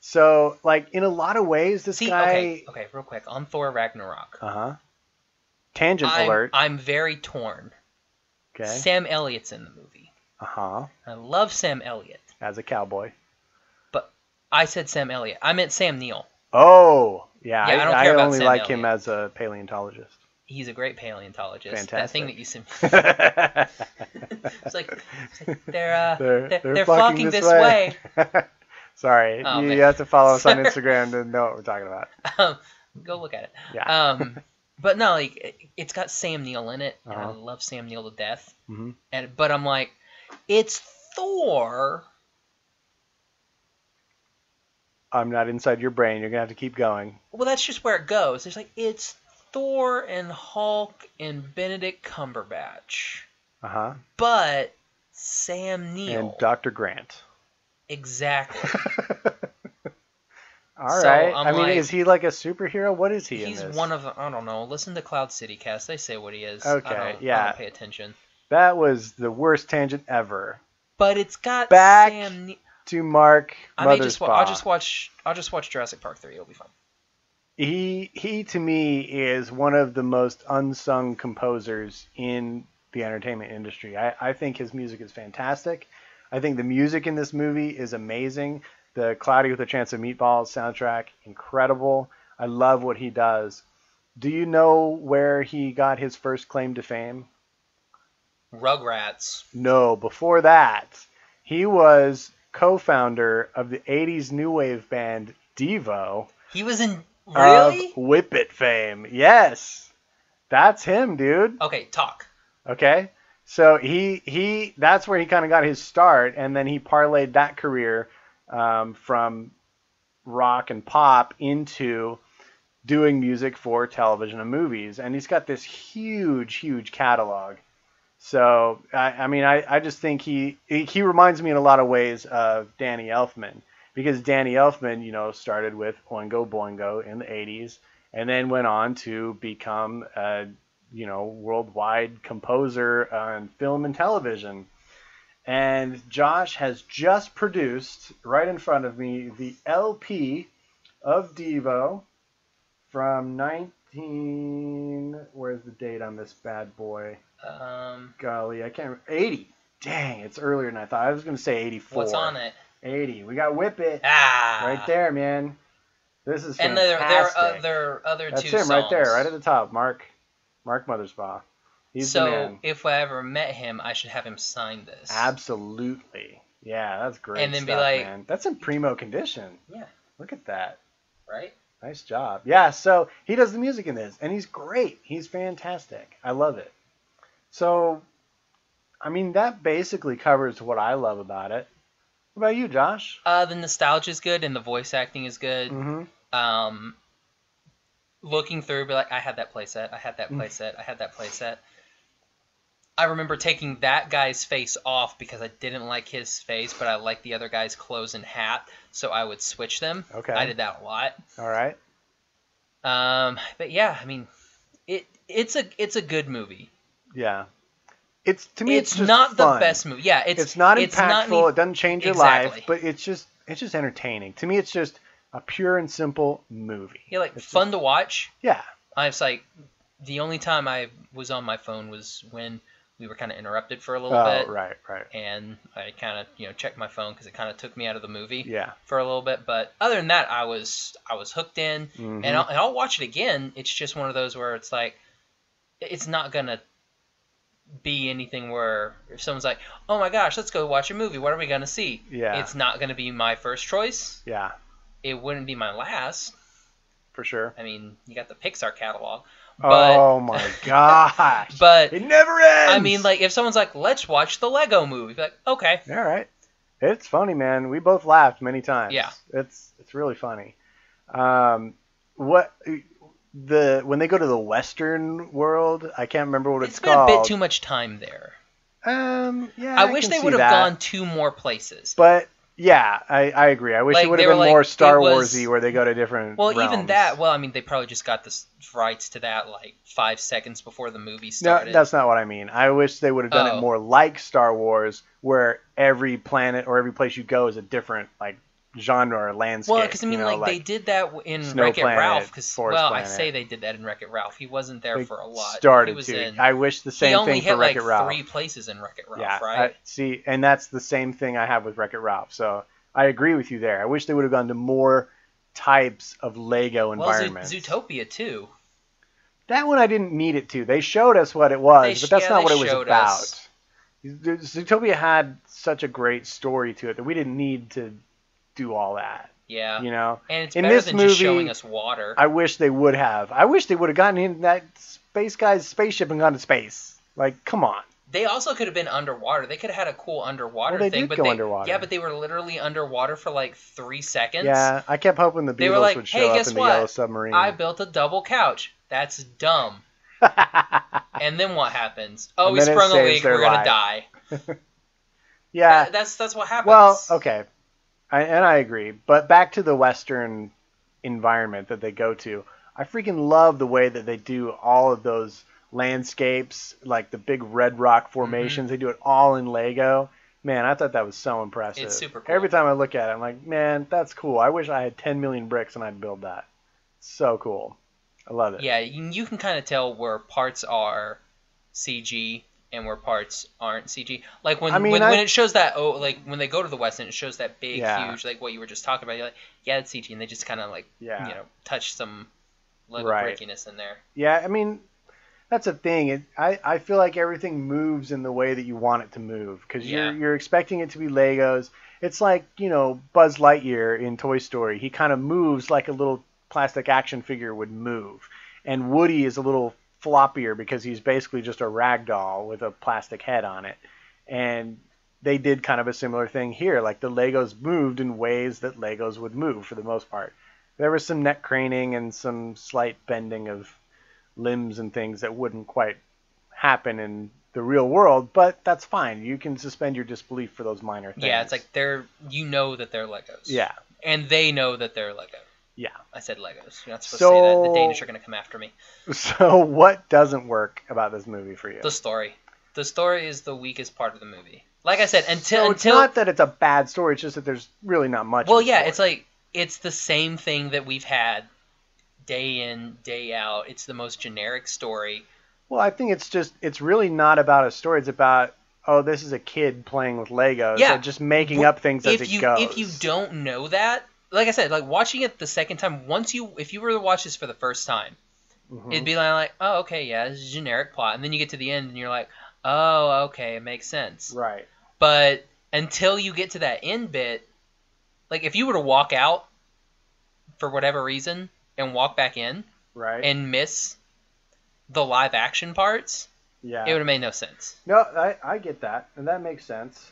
S2: So, like in a lot of ways, this
S1: See,
S2: guy.
S1: okay, okay, real quick on Thor Ragnarok.
S2: Uh huh. Tangent
S1: I'm,
S2: alert.
S1: I'm very torn.
S2: Okay.
S1: Sam Elliott's in the movie.
S2: Uh huh.
S1: I love Sam Elliott,
S2: As a cowboy.
S1: but I said Sam Elliott. I meant Sam Neill.
S2: Oh, yeah.
S1: Yeah, I
S2: I,
S1: don't care about
S2: only
S1: Sam
S2: like him
S1: Elliott.
S2: as a paleontologist.
S1: He's a great paleontologist. That
S2: Fantastic.
S1: thing that you sent me.
S2: they're,
S1: It's like, it's like they're, uh,
S2: they're,
S1: they're, they're, flocking this, way.
S2: Sorry,
S1: Oh,
S2: you
S1: man.
S2: have to follow us on
S1: Sorry.
S2: Instagram to know what we're talking about.
S1: Um, go look at it.
S2: Yeah.
S1: Um, but no, like it- it's got Sam Neill in it, and I
S2: Uh-huh.
S1: love Sam Neill to death.
S2: Mhm.
S1: And but I'm like, it's Thor.
S2: I'm not inside your brain. You're gonna have to keep going.
S1: Well, that's just where it goes. It's like it's Thor and Hulk and Benedict Cumberbatch,
S2: Uh huh.
S1: but Sam Neill.
S2: And Dr. Grant.
S1: Exactly.
S2: All
S1: So,
S2: right.
S1: I'm
S2: I mean,
S1: like-
S2: is he like a superhero? What is he
S1: He's
S2: in this?
S1: one of the. I don't know. Listen to Cloud City Cast. They say what he is.
S2: Okay,
S1: I don't, I
S2: yeah.
S1: don't pay attention.
S2: that was the worst tangent ever.
S1: But it's got
S2: Back
S1: Sam. Ne-
S2: To Mark
S1: I may just. Wa- I'll
S2: Mothersbaugh.
S1: just watch. I'll just watch Jurassic Park three. It'll be fun.
S2: he he to me is one of the most unsung composers in the entertainment industry. I, I think his music is fantastic. I think the music in this movie is amazing. The Cloudy with a Chance of Meatballs soundtrack, incredible. I love what he does. Do you know where he got his first claim to fame?
S1: Rugrats.
S2: No, before that, he was co-founder of the 80s new wave band Devo
S1: He was in.
S2: of
S1: Really?
S2: Whip It fame. Yes. That's him, dude.
S1: okay. Talk.
S2: Okay? So he he that's where he kind of got his start and then he parlayed that career um, from rock and pop into doing music for television and movies and he's got this huge huge catalog. So I, I mean I, I just think he he reminds me in a lot of ways of Danny Elfman because Danny Elfman, you know, started with Oingo Boingo in the 80s and then went on to become a, you know, worldwide composer on film and television. And Josh has just produced right in front of me the LP of Devo from 19 where's the date on this bad boy?
S1: Um.
S2: Golly, I can't 80. Dang, it's earlier than I thought. I was going to say 84.
S1: What's on it?
S2: 80. We got Whip It.
S1: Ah.
S2: Right there, man. This is
S1: And uh,
S2: fantastic.
S1: there, there are other other
S2: That's
S1: two
S2: him right there,
S1: songs.
S2: right at the top. Mark, Mark Mothersbaugh. He's
S1: so
S2: the man.
S1: if I ever met him, I should have him sign this.
S2: Absolutely. Yeah, that's great.
S1: And then be
S2: stuff,
S1: like-
S2: man. that's in primo condition.
S1: Yeah.
S2: Look at that.
S1: Right.
S2: Nice job. Yeah, so he does the music in this, and he's great. He's fantastic. I love it. So, I mean, that basically covers what I love about it. What about you, Josh?
S1: Uh, the nostalgia is good, and the voice acting is good.
S2: Mm-hmm.
S1: um, looking through, be like, I had that playset, I had that
S2: Mm.
S1: playset, I had that playset. I remember taking that guy's face off because I didn't like his face, but I liked the other guy's clothes and hat, so I would switch them.
S2: Okay.
S1: I did that a lot.
S2: All right.
S1: Um, but yeah, I mean, it it's a it's a good movie.
S2: Yeah. It's to me,
S1: it's
S2: it's, just
S1: not
S2: fun.
S1: the best movie. Yeah, it's
S2: It's, not impactful.
S1: not any-
S2: it doesn't change your
S1: Exactly.
S2: life, but it's just it's just entertaining. To me, it's just a pure and simple movie.
S1: yeah, like
S2: It's just-
S1: fun to watch.
S2: yeah.
S1: I was like, the only time I was on my phone was when we were kind of interrupted for a little
S2: Oh,
S1: bit.
S2: right, right.
S1: and I kind of you know checked my phone because it kind of took me out of the movie
S2: Yeah.
S1: for a little bit. But other than that, I was I was hooked in,
S2: Mhm.
S1: and, I'll, and I'll watch it again. It's just one of those where it's like it's not gonna be anything where if someone's like, oh my gosh, let's go watch a movie. What are we gonna see?
S2: Yeah.
S1: it's not gonna be my first choice.
S2: Yeah,
S1: It wouldn't be my last.
S2: for sure.
S1: I mean, you got the Pixar catalog, but
S2: oh my gosh.
S1: but
S2: it never ends.
S1: I mean, like if someone's like, let's watch the Lego movie, be like okay,
S2: All right. It's funny, man. We both laughed many times.
S1: Yeah.
S2: It's it's really funny. Um, what the when they go to the Western world, I can't remember what it's,
S1: it's been
S2: called.
S1: a bit too much time there.
S2: Um, yeah,
S1: I, wish
S2: can
S1: they
S2: see
S1: would have
S2: that.
S1: gone two more places.
S2: But yeah, I, I agree. I wish
S1: Like,
S2: it would
S1: they
S2: have
S1: were
S2: been
S1: like,
S2: more
S1: it
S2: Star
S1: was-
S2: Warsy, where they go to different.
S1: well, even
S2: realms.
S1: that. Well, I mean, they probably just got the s- rights to that like five seconds before the movie
S2: No,
S1: started.
S2: that's not what I mean. I wish they would have done
S1: Oh.
S2: it more like Star Wars, where every planet or every place you go is a different like genre or landscape.
S1: well, because I
S2: you
S1: mean,
S2: know,
S1: like, they did that w- in
S2: Snow
S1: Wreck It
S2: Planet,
S1: Ralph. Because well,
S2: Forest
S1: I
S2: Planet.
S1: say they did that in Wreck It Ralph. He wasn't there
S2: they
S1: for a lot.
S2: Started
S1: he was
S2: to.
S1: in.
S2: I wish the
S1: he
S2: same
S1: only
S2: thing
S1: hit
S2: for Wreck-It
S1: like
S2: Ralph.
S1: three places in Wreck It Ralph,
S2: yeah,
S1: right?
S2: I, see, and that's the same thing I have with Wreck-It Ralph. So I agree with you there. I wish they would have gone to more types of Lego
S1: well, Zo-
S2: environments.
S1: Zootopia too.
S2: That one I didn't need it to. They showed us what it was,
S1: They
S2: but
S1: sh-
S2: that's
S1: yeah,
S2: not
S1: they
S2: what it was
S1: showed
S2: about.
S1: us.
S2: Zootopia had such a great story to it that we didn't need to do all that.
S1: Yeah,
S2: You know,
S1: and it's
S2: in
S1: better
S2: this
S1: than just
S2: movie,
S1: showing us water.
S2: I wish they would have. I wish they would have gotten in that space guy's spaceship and gone to space. Like, come on.
S1: They also could have been underwater. They could have had a cool underwater
S2: Well, they
S1: thing,
S2: did
S1: but
S2: go
S1: they
S2: underwater.
S1: yeah, but they were literally underwater for like three seconds.
S2: Yeah, I kept hoping the
S1: They were
S2: Beatles
S1: like,
S2: would show
S1: "Hey,
S2: up
S1: guess
S2: in
S1: what?
S2: the yellow submarine.
S1: I built a double couch. That's dumb. and then what happens? Oh,
S2: And
S1: we
S2: then it
S1: sprung a
S2: saves
S1: leak.
S2: their
S1: We're gonna
S2: life.
S1: die.
S2: yeah,
S1: That- that's that's what happens.
S2: Well, okay, I, and I agree. But back to the Western environment that they go to, I freaking love the way that they do all of those landscapes, like the big red
S1: Mm-hmm.
S2: rock formations. They do it all in Lego. Man, I thought that was so impressive.
S1: It's super cool.
S2: Every time I look at it, I'm like, man, that's cool. I wish I had 10 million bricks and I'd build that. So cool. I love it.
S1: Yeah, you, you can kind of tell where parts are CG and where parts aren't CG. Like when
S2: I mean,
S1: when,
S2: I-
S1: when it shows that oh like when they go to the West End, it shows that big
S2: Yeah.
S1: huge like what you were just talking about. You're like, yeah, it's CG, and they just kind of like
S2: Yeah.
S1: you know touch some Lego
S2: Right.
S1: breakiness in there.
S2: Yeah, I mean, that's a thing. It, I, I feel like everything moves in the way that you want it to move because
S1: Yeah.
S2: you're, you're expecting it to be Legos. It's like, you know, Buzz Lightyear in Toy Story. He kind of moves like a little plastic action figure would move. And Woody is a little floppier because he's basically just a rag doll with a plastic head on it. And they did kind of a similar thing here. Like the Legos moved in ways that Legos would move for the most part. There was some neck craning and some slight bending of limbs and things that wouldn't quite happen in the real world, but that's fine. You can suspend your disbelief for those minor things.
S1: Yeah, it's like they're you know that they're Legos.
S2: yeah,
S1: and they know that they're Lego.
S2: yeah.
S1: I said Legos. You're not supposed to say that.
S2: So-
S1: The Danish are gonna come after me.
S2: So what doesn't work about this movie for you?
S1: The story. The story is the weakest part of the movie. Like I said, until
S2: So it's
S1: until
S2: not that it's a bad story; it's just that there's really not much.
S1: Well,
S2: of a
S1: yeah,
S2: story.
S1: it's like it's the same thing that we've had day in, day out. It's the most generic story.
S2: Well, I think it's just it's really not about a story. It's about oh, this is a kid playing with Legos.
S1: Yeah.
S2: or just making
S1: Well,
S2: up things as
S1: If
S2: it
S1: you
S2: goes.
S1: if you don't know that, like I said, like watching it the second time, once you if you were to watch this for the first time,
S2: Mhm.
S1: it'd be like, oh, okay, yeah, this is a generic plot, and then you get to the end and you're like, oh, okay, it makes sense.
S2: right.
S1: But until you get to that end bit, like if you were to walk out for whatever reason and walk back in,
S2: Right.
S1: and miss the live action parts,
S2: yeah.
S1: it would have made no sense.
S2: No, I, I get that, and that makes sense.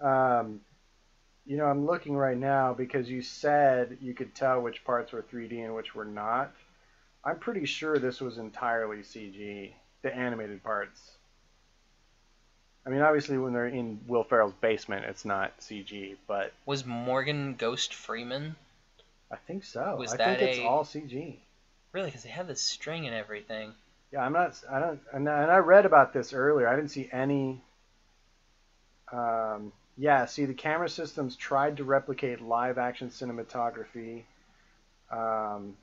S2: Um, you know, I'm looking right now because you said you could tell which parts were 3D and which were not. I'm pretty sure this was entirely CG, the animated parts. I mean, obviously, when they're in Will Ferrell's basement, it's not CG, but
S1: Was Morgan Ghost Freeman
S2: I think so.
S1: Was
S2: I
S1: that
S2: think it's
S1: a-
S2: all CG.
S1: really? Because they had this string and everything.
S2: Yeah, I'm not. I don't. And, I- and I read about this earlier. I didn't see any. Um, yeah, see, the camera systems tried to replicate live action cinematography. Um,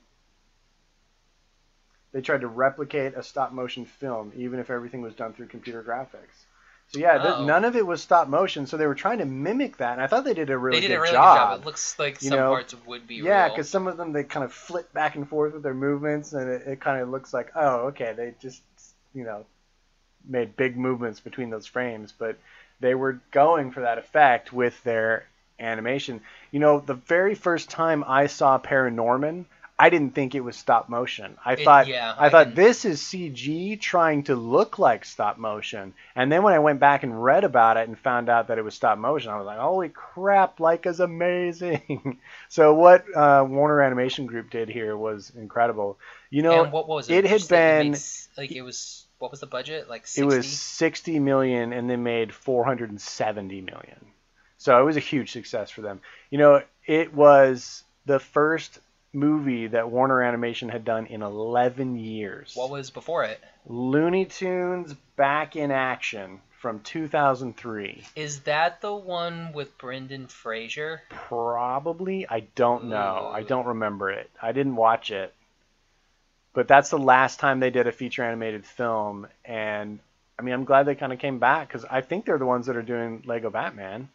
S2: they tried to replicate a stop motion film, even if everything was done through computer graphics. So yeah, th-
S1: Oh.
S2: none of it was stop motion. So they were trying to mimic that, and I thought they did a really,
S1: they did
S2: good,
S1: a really
S2: job.
S1: good job. It looks like
S2: you
S1: some
S2: know?
S1: parts would be
S2: Yeah,
S1: real.
S2: because some of them they kind of flip back and forth with their movements, and it, it kind of looks like, oh, okay, they just you know made big movements between those frames, but they were going for that effect with their animation. You know, the very first time I saw Paranorman, I didn't think it was stop motion. I
S1: It-
S2: thought
S1: yeah,
S2: I,
S1: I
S2: thought
S1: didn't-
S2: this is CG trying to look like stop motion. And then when I went back and read about it and found out that it was stop motion, I was like, "Holy crap! Like is amazing." so what uh, Warner Animation Group did here was incredible. You know,
S1: and what was it?
S2: it had
S1: Just that it made
S2: been-
S1: s- like it was. What was the budget? Like
S2: it
S1: sixty.
S2: was 60 million and they made 470 million so it was a huge success for them you know it was the first movie that warner animation had done in 11 years
S1: What was before it?
S2: looney tunes back in action from 2003
S1: Is that the one with Brendan Fraser?
S2: probably i don't know i
S1: Ooh.
S2: don't remember it i didn't watch it but that's the last time they did a feature animated film and i mean i'm glad they kind of came back because i think they're the ones that are doing lego batman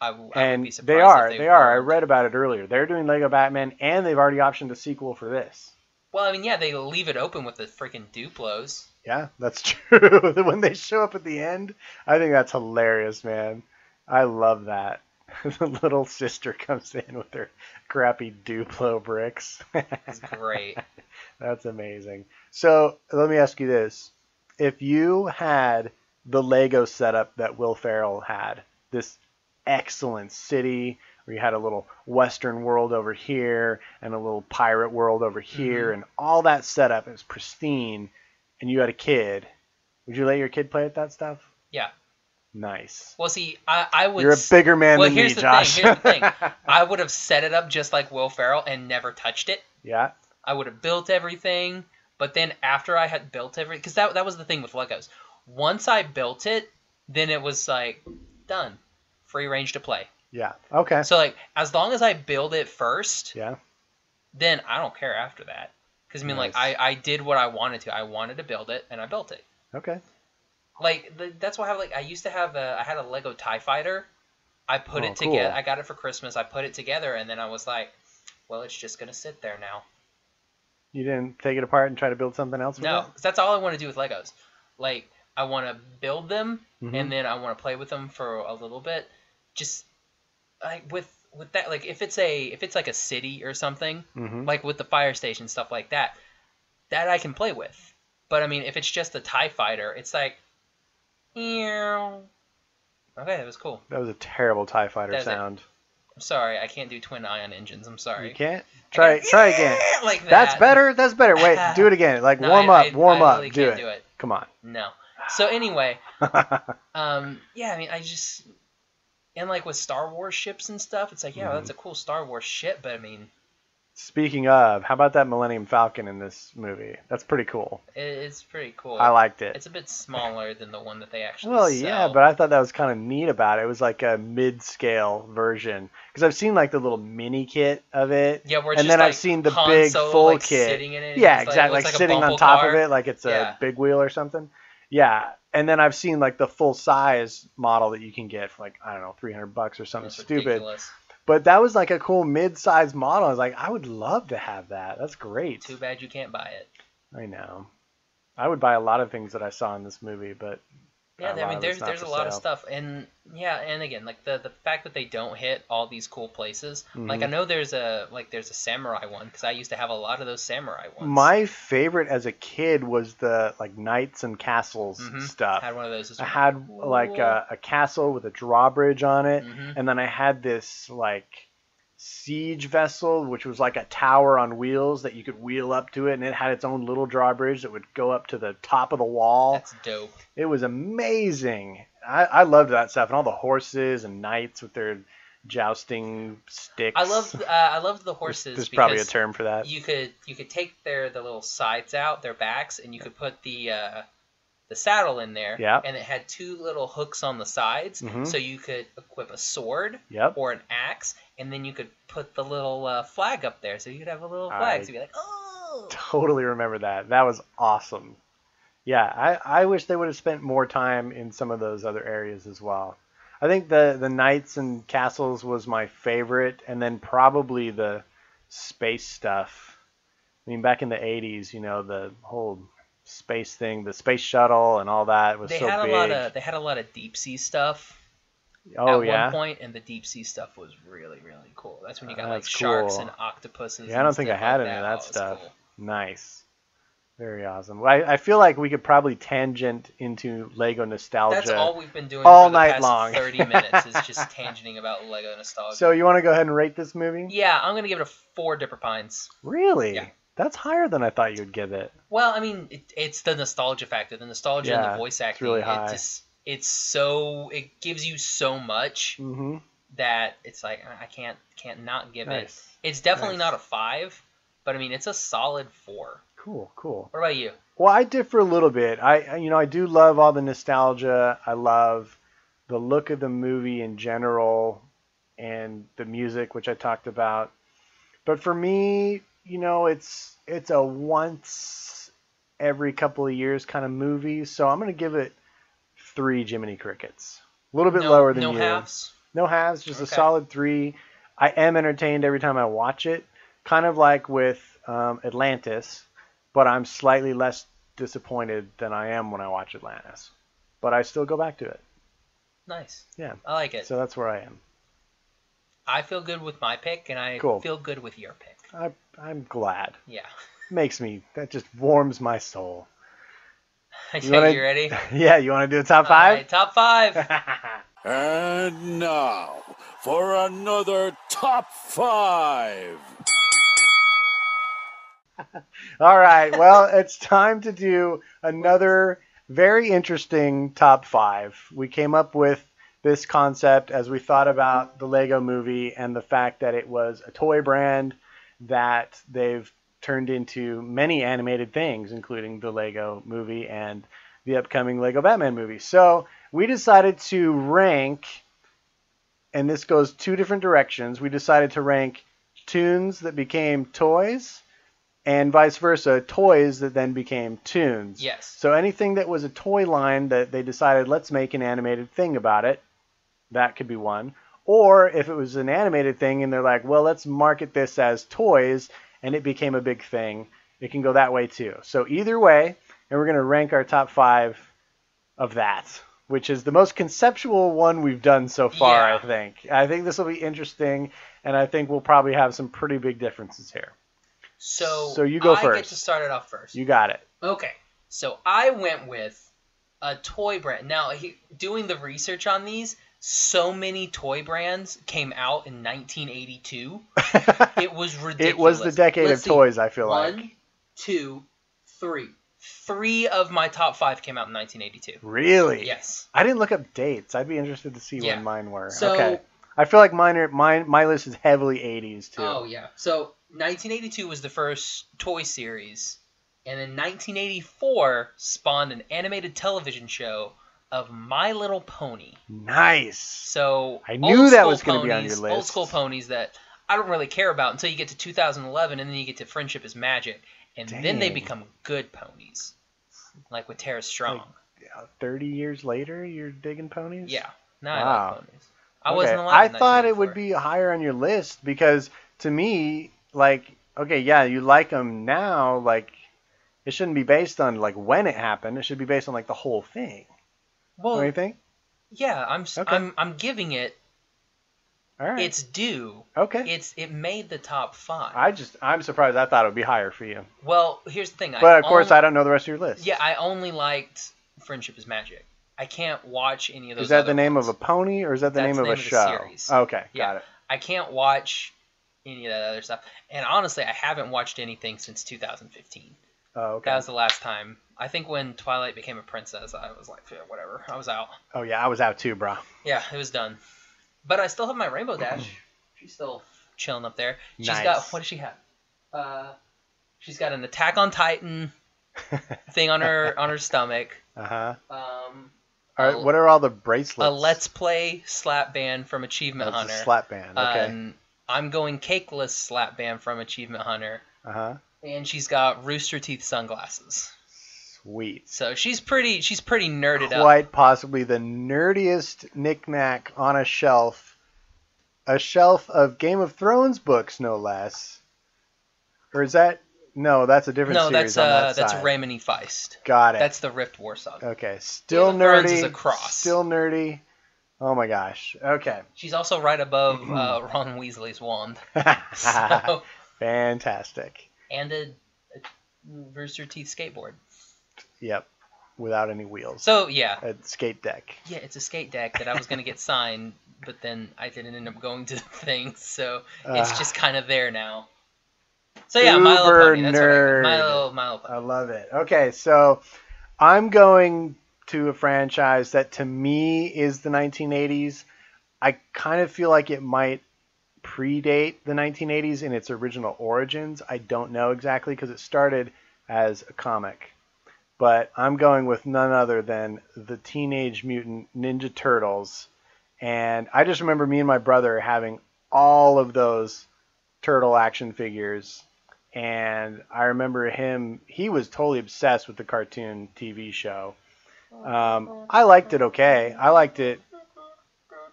S1: I, w- I would
S2: and
S1: be surprised.
S2: they are
S1: If
S2: they,
S1: they,
S2: are i
S1: weren't.
S2: read about it earlier they're doing lego batman and they've already optioned a sequel for this
S1: Well, I mean, yeah, they leave it open with the freaking Duplos.
S2: yeah that's true when they show up at the end i think that's hilarious man i love that the little sister comes in with her crappy duplo bricks
S1: It's great.
S2: That's amazing. So let me ask you this: If you had the Lego setup that Will Ferrell had, this excellent city where you had a little Western world over here and a little pirate world over
S1: Mm-hmm.
S2: here, and all that setup is pristine, and you had a kid, would you let your kid play with that stuff?
S1: yeah.
S2: Nice.
S1: Well, see, I, I would.
S2: You're a
S1: s-
S2: bigger man
S1: well,
S2: than
S1: here's
S2: me,
S1: the
S2: Josh.
S1: Thing, here's the thing. I would have set it up just like Will Ferrell and never touched it.
S2: yeah.
S1: I would have built everything, but then after I had built everything, because that, that was the thing with Legos. Once I built it, then it was like done, free range to play.
S2: Yeah. Okay.
S1: So like, as long as I build it first,
S2: yeah.
S1: then I don't care after that. Because I mean,
S2: Nice.
S1: like, I, I did what I wanted to. I wanted to build it, and I built it.
S2: Okay.
S1: Like the, that's why I have like I used to have a I had a Lego Tie Fighter. I put
S2: Oh,
S1: it
S2: cool.
S1: together. I got it for Christmas. I put it together, and then I was like, well, it's just gonna sit there now.
S2: You didn't take it apart and try to build something else with
S1: No,
S2: it?
S1: 'cause that's all I want to do with Legos. Like I want to build them
S2: Mhm.
S1: and then I want to play with them for a little bit. Just like with with that, like if it's a if it's like a city or something,
S2: Mhm.
S1: like with the fire station stuff like that, that I can play with. But I mean, if it's just a Tie Fighter, it's like, meow. Okay, that was cool.
S2: That was a terrible Tie Fighter
S1: That's it.
S2: sound.
S1: I'm sorry, I can't do twin ion engines. I'm sorry.
S2: You can't
S1: I
S2: try
S1: can't-
S2: try again.
S1: like that.
S2: That's better. That's better. Wait, do it again. Like
S1: No,
S2: warm
S1: I-
S2: up,
S1: I-
S2: warm
S1: I
S2: up.
S1: really
S2: do,
S1: can't
S2: it.
S1: do it.
S2: Come on.
S1: No. So anyway, um, yeah, I mean, I just and like with Star Wars ships and stuff, it's like, yeah, that's
S2: Mm-hmm.
S1: a cool Star Wars ship, but I mean,
S2: Speaking of, how about that Millennium Falcon in this movie? That's pretty cool.
S1: it, it's pretty cool.
S2: I liked it.
S1: It's a bit smaller than the one that they actually.
S2: Well,
S1: sell.
S2: yeah, but I thought that was kind of neat about it. It was like a mid-scale version because I've seen like the little mini kit of it.
S1: Yeah, where it's
S2: and
S1: just,
S2: then I've
S1: like,
S2: seen the
S1: Han
S2: big
S1: Solo,
S2: full
S1: like,
S2: kit.
S1: sitting in it, and
S2: yeah,
S1: it's, like,
S2: exactly.
S1: looks
S2: Like,
S1: like a
S2: sitting on
S1: bumper
S2: top of
S1: car.
S2: it, like it's a
S1: Yeah.
S2: big wheel or something. Yeah, and then I've seen like the full size model that you can get for like I don't know, three hundred bucks or something
S1: It's
S2: stupid.
S1: ridiculous.
S2: But that was like a cool mid-sized model. I was like, I would love to have that. That's great.
S1: Too bad you can't buy it.
S2: I know. I would buy a lot of things that I saw in this movie, but
S1: Yeah,
S2: Uh,
S1: I
S2: wow,
S1: mean,
S2: that's
S1: there's
S2: not
S1: there's a
S2: for
S1: lot of
S2: sale.
S1: stuff, and yeah, and again, like the the fact that they don't hit all these cool places. Like I
S2: Mm-hmm.
S1: know there's a like there's a samurai one because I used to have a lot of those samurai ones.
S2: my favorite as a kid was the like knights and castles
S1: Mhm.
S2: stuff.
S1: had one of those. as
S2: I
S1: well.
S2: had like a, a castle with a drawbridge on it,
S1: Mhm.
S2: and then I had this like siege vessel, which was like a tower on wheels that you could wheel up to it, and it had its own little drawbridge that would go up to the top of the wall.
S1: That's dope.
S2: It was amazing. I, I loved that stuff and all the horses and knights with their jousting sticks.
S1: I love uh, I love the
S2: There's,
S1: horses.
S2: there's probably a
S1: because
S2: term for that.
S1: You could you could take their the little sides out, their backs, and you could put the uh, the saddle in there.
S2: Yeah.
S1: And it had two little hooks on the sides,
S2: Mhm.
S1: so you could equip a sword
S2: Yep.
S1: or an axe, and then you could put the little uh, flag up there, so you could have a little flag.
S2: I-
S1: So you'd be like, oh.
S2: Totally remember that. That was awesome. Yeah, I, I wish they would have spent more time in some of those other areas as well. I think the the knights and castles was my favorite, and then probably the space stuff. I mean, back in the '80s, you know, the whole space thing, the space shuttle, and all that was
S1: They
S2: so
S1: had a
S2: big.
S1: lot of they had a lot of deep sea stuff.
S2: Oh
S1: at
S2: yeah.
S1: one point, and the deep sea stuff was really really cool. That's when you got
S2: Uh,
S1: like
S2: that's
S1: sharks
S2: cool.
S1: and octopuses.
S2: Yeah, I don't
S1: and
S2: think I
S1: stuff
S2: had
S1: like
S2: any
S1: that
S2: of that
S1: Oh, it's
S2: stuff.
S1: cool.
S2: Nice. Very awesome. Well, I, I feel like we could probably tangent into Lego nostalgia.
S1: That's all we've been doing
S2: All
S1: for the
S2: night
S1: past
S2: long.
S1: Thirty minutes is just tangenting about Lego nostalgia.
S2: so you want to go ahead and rate this movie?
S1: yeah, I'm gonna give it a four Dipper Pines.
S2: Really?
S1: Yeah.
S2: That's higher than I thought you'd give it.
S1: Well, I mean, it, it's the nostalgia factor, the nostalgia and
S2: Yeah,
S1: the voice
S2: it's
S1: acting.
S2: really
S1: It
S2: high.
S1: just, it's so it gives you so much
S2: Mm-hmm.
S1: that it's like I I can't can't not give it.
S2: Nice.
S1: It's definitely
S2: Nice.
S1: not a five, but I mean it's a solid four.
S2: Cool. Cool.
S1: What about you?
S2: Well, I differ a little bit. I, I- you know, I do love all the nostalgia. I love the look of the movie in general and the music, which I talked about. But for me, you know, it's it's a once every couple of years kind of movie. So I'm gonna give it three Jiminy Crickets. A little bit
S1: no,
S2: lower than
S1: no
S2: you.
S1: halves.
S2: No halves, just a
S1: Okay.
S2: solid three. I am entertained every time I watch it, kind of like with um, Atlantis, but I'm slightly less disappointed than I am when I watch Atlantis. But I still go back to it.
S1: Nice.
S2: Yeah.
S1: I like it.
S2: So that's where I am.
S1: I feel good with my pick, and I
S2: Cool.
S1: feel good with your pick.
S2: I, I'm glad.
S1: Yeah.
S2: Makes me, that just warms my soul.
S1: you,
S2: wanna-
S1: you ready?
S2: yeah, you want to do a top
S1: All
S2: five?
S1: right, top five.
S3: And now for another top five.
S2: All right. Well, it's time to do another very interesting top five. We came up with this concept as we thought about the Lego movie and the fact that it was a toy brand that they've turned into many animated things, including the Lego movie and the upcoming Lego Batman movie. So we decided to rank, and this goes two different directions. We decided to rank tunes that became toys and vice versa, toys that then became tunes.
S1: Yes.
S2: So anything that was a toy line that they decided, let's make an animated thing about it, that could be one. Or if it was an animated thing and they're like, well, let's market this as toys, and it became a big thing, it can go that way too. So either way, and we're going to rank our top five of that, which is the most conceptual one we've done so far,
S1: Yeah.
S2: I think. I think this will be interesting, and I think we'll probably have some pretty big differences here.
S1: So,
S2: So you go
S1: I get
S2: first.
S1: to start it off first.
S2: You got it.
S1: Okay, so I went with a toy brand. Now, he, doing the research on these, so many toy brands came out in 1982. it was ridiculous.
S2: It was the decade
S1: Let's
S2: of
S1: see.
S2: toys, I feel like.
S1: One, two, three. Three of my top five came out in 1982.
S2: Really?
S1: Yes.
S2: I didn't look up dates. I'd be interested to see
S1: Yeah.
S2: when mine were.
S1: So-
S2: okay. I feel like mine are mine. My list is heavily 80s too.
S1: Oh yeah. So 1982 was the first toy series, and then 1984 spawned an animated television show of My Little Pony.
S2: Nice.
S1: So
S2: I knew that was
S1: going
S2: gonna
S1: to
S2: be on your
S1: Old
S2: list.
S1: school ponies that I don't really care about until you get to 2011, and then you get to Friendship is Magic, and then they
S2: Dang.
S1: become good ponies, like with Tara Strong.
S2: Yeah, 30 years later, you're digging ponies.
S1: yeah, now I
S2: Wow.
S1: like ponies. I wasn't
S2: Okay.
S1: alive.
S2: I
S1: in
S2: thought it would
S1: 1984.
S2: be higher on your list because to me, like, okay, yeah, you like them now. Like, it shouldn't be based on like when it happened. It should be based on like the whole thing.
S1: Well,
S2: Don't you think?
S1: yeah, I'm, s-
S2: Okay.
S1: I'm I'm giving it
S2: All right.
S1: its due.
S2: okay.
S1: It's it made the top five.
S2: I just I'm surprised. I thought it would be higher for you,
S1: well, here's the thing.
S2: but of course
S1: only,
S2: I don't know the rest of your list.
S1: yeah, I only liked Friendship is Magic. I can't watch any of those.
S2: Is that
S1: other
S2: the name
S1: ones.
S2: of a pony or is that the
S1: That's
S2: name
S1: the
S2: of
S1: name
S2: a
S1: of the
S2: show? Oh,
S1: series.
S2: Okay,
S1: Yeah.
S2: got it.
S1: I can't watch any of that other stuff. And honestly, I haven't watched anything since 2015.
S2: Oh, okay.
S1: That was the last time. I think when Twilight became a princess, I was like, "Yeah, whatever. I was out.
S2: oh yeah, I was out too, bro.
S1: Yeah, it was done. But I still have my Rainbow Dash.
S2: Mm-hmm.
S1: She's still chilling up there. She's got
S2: Nice.
S1: what does she have? Uh, she's got an Attack on Titan thing on her on her stomach.
S2: Uh huh.
S1: Um,
S2: All right.
S1: A-
S2: What are all the bracelets?
S1: a Let's Play slap band from Achievement
S2: That's
S1: Hunter.
S2: a slap band. Okay.
S1: Um, I'm going cakeless slap band from Achievement Hunter.
S2: uh huh.
S1: and she's got rooster teeth sunglasses.
S2: Sweet.
S1: So she's pretty she's pretty nerded up.
S2: Quite possibly the nerdiest knickknack on a shelf, a shelf of Game of Thrones books, no less. Or is that? No, that's a different
S1: No,
S2: series
S1: that's
S2: on
S1: uh
S2: that
S1: that's
S2: side.
S1: Raymond E. Feist.
S2: Got it.
S1: That's the Rift War saga.
S2: Okay, still
S1: Game of Thrones
S2: nerdy.
S1: is a cross.
S2: Still nerdy. Oh my gosh. Okay.
S1: She's also right above
S2: Mm-hmm.
S1: uh, Ron Weasley's wand. So,
S2: Fantastic.
S1: and a, a Rooster Teeth skateboard.
S2: Yep. Without any wheels.
S1: So yeah,
S2: A skate deck.
S1: yeah, it's a skate deck that I was gonna get signed, but then I didn't end up going to the thing, so it's
S2: Ah.
S1: just kind of there now. So yeah, Milo
S2: Uber
S1: Pony. That's what I
S2: nerd.
S1: meant. Milo, Milo Pony.
S2: I love it. Okay, so I'm going to a franchise that to me is the 1980s. I kind of feel like it might predate the 1980s in its original origins. I don't know exactly because it started as a comic. But I'm going with none other than the Teenage Mutant Ninja Turtles. And I just remember me and my brother having all of those turtle action figures and I remember him. He was totally obsessed with the cartoon TV show. Um, I liked it okay. I liked it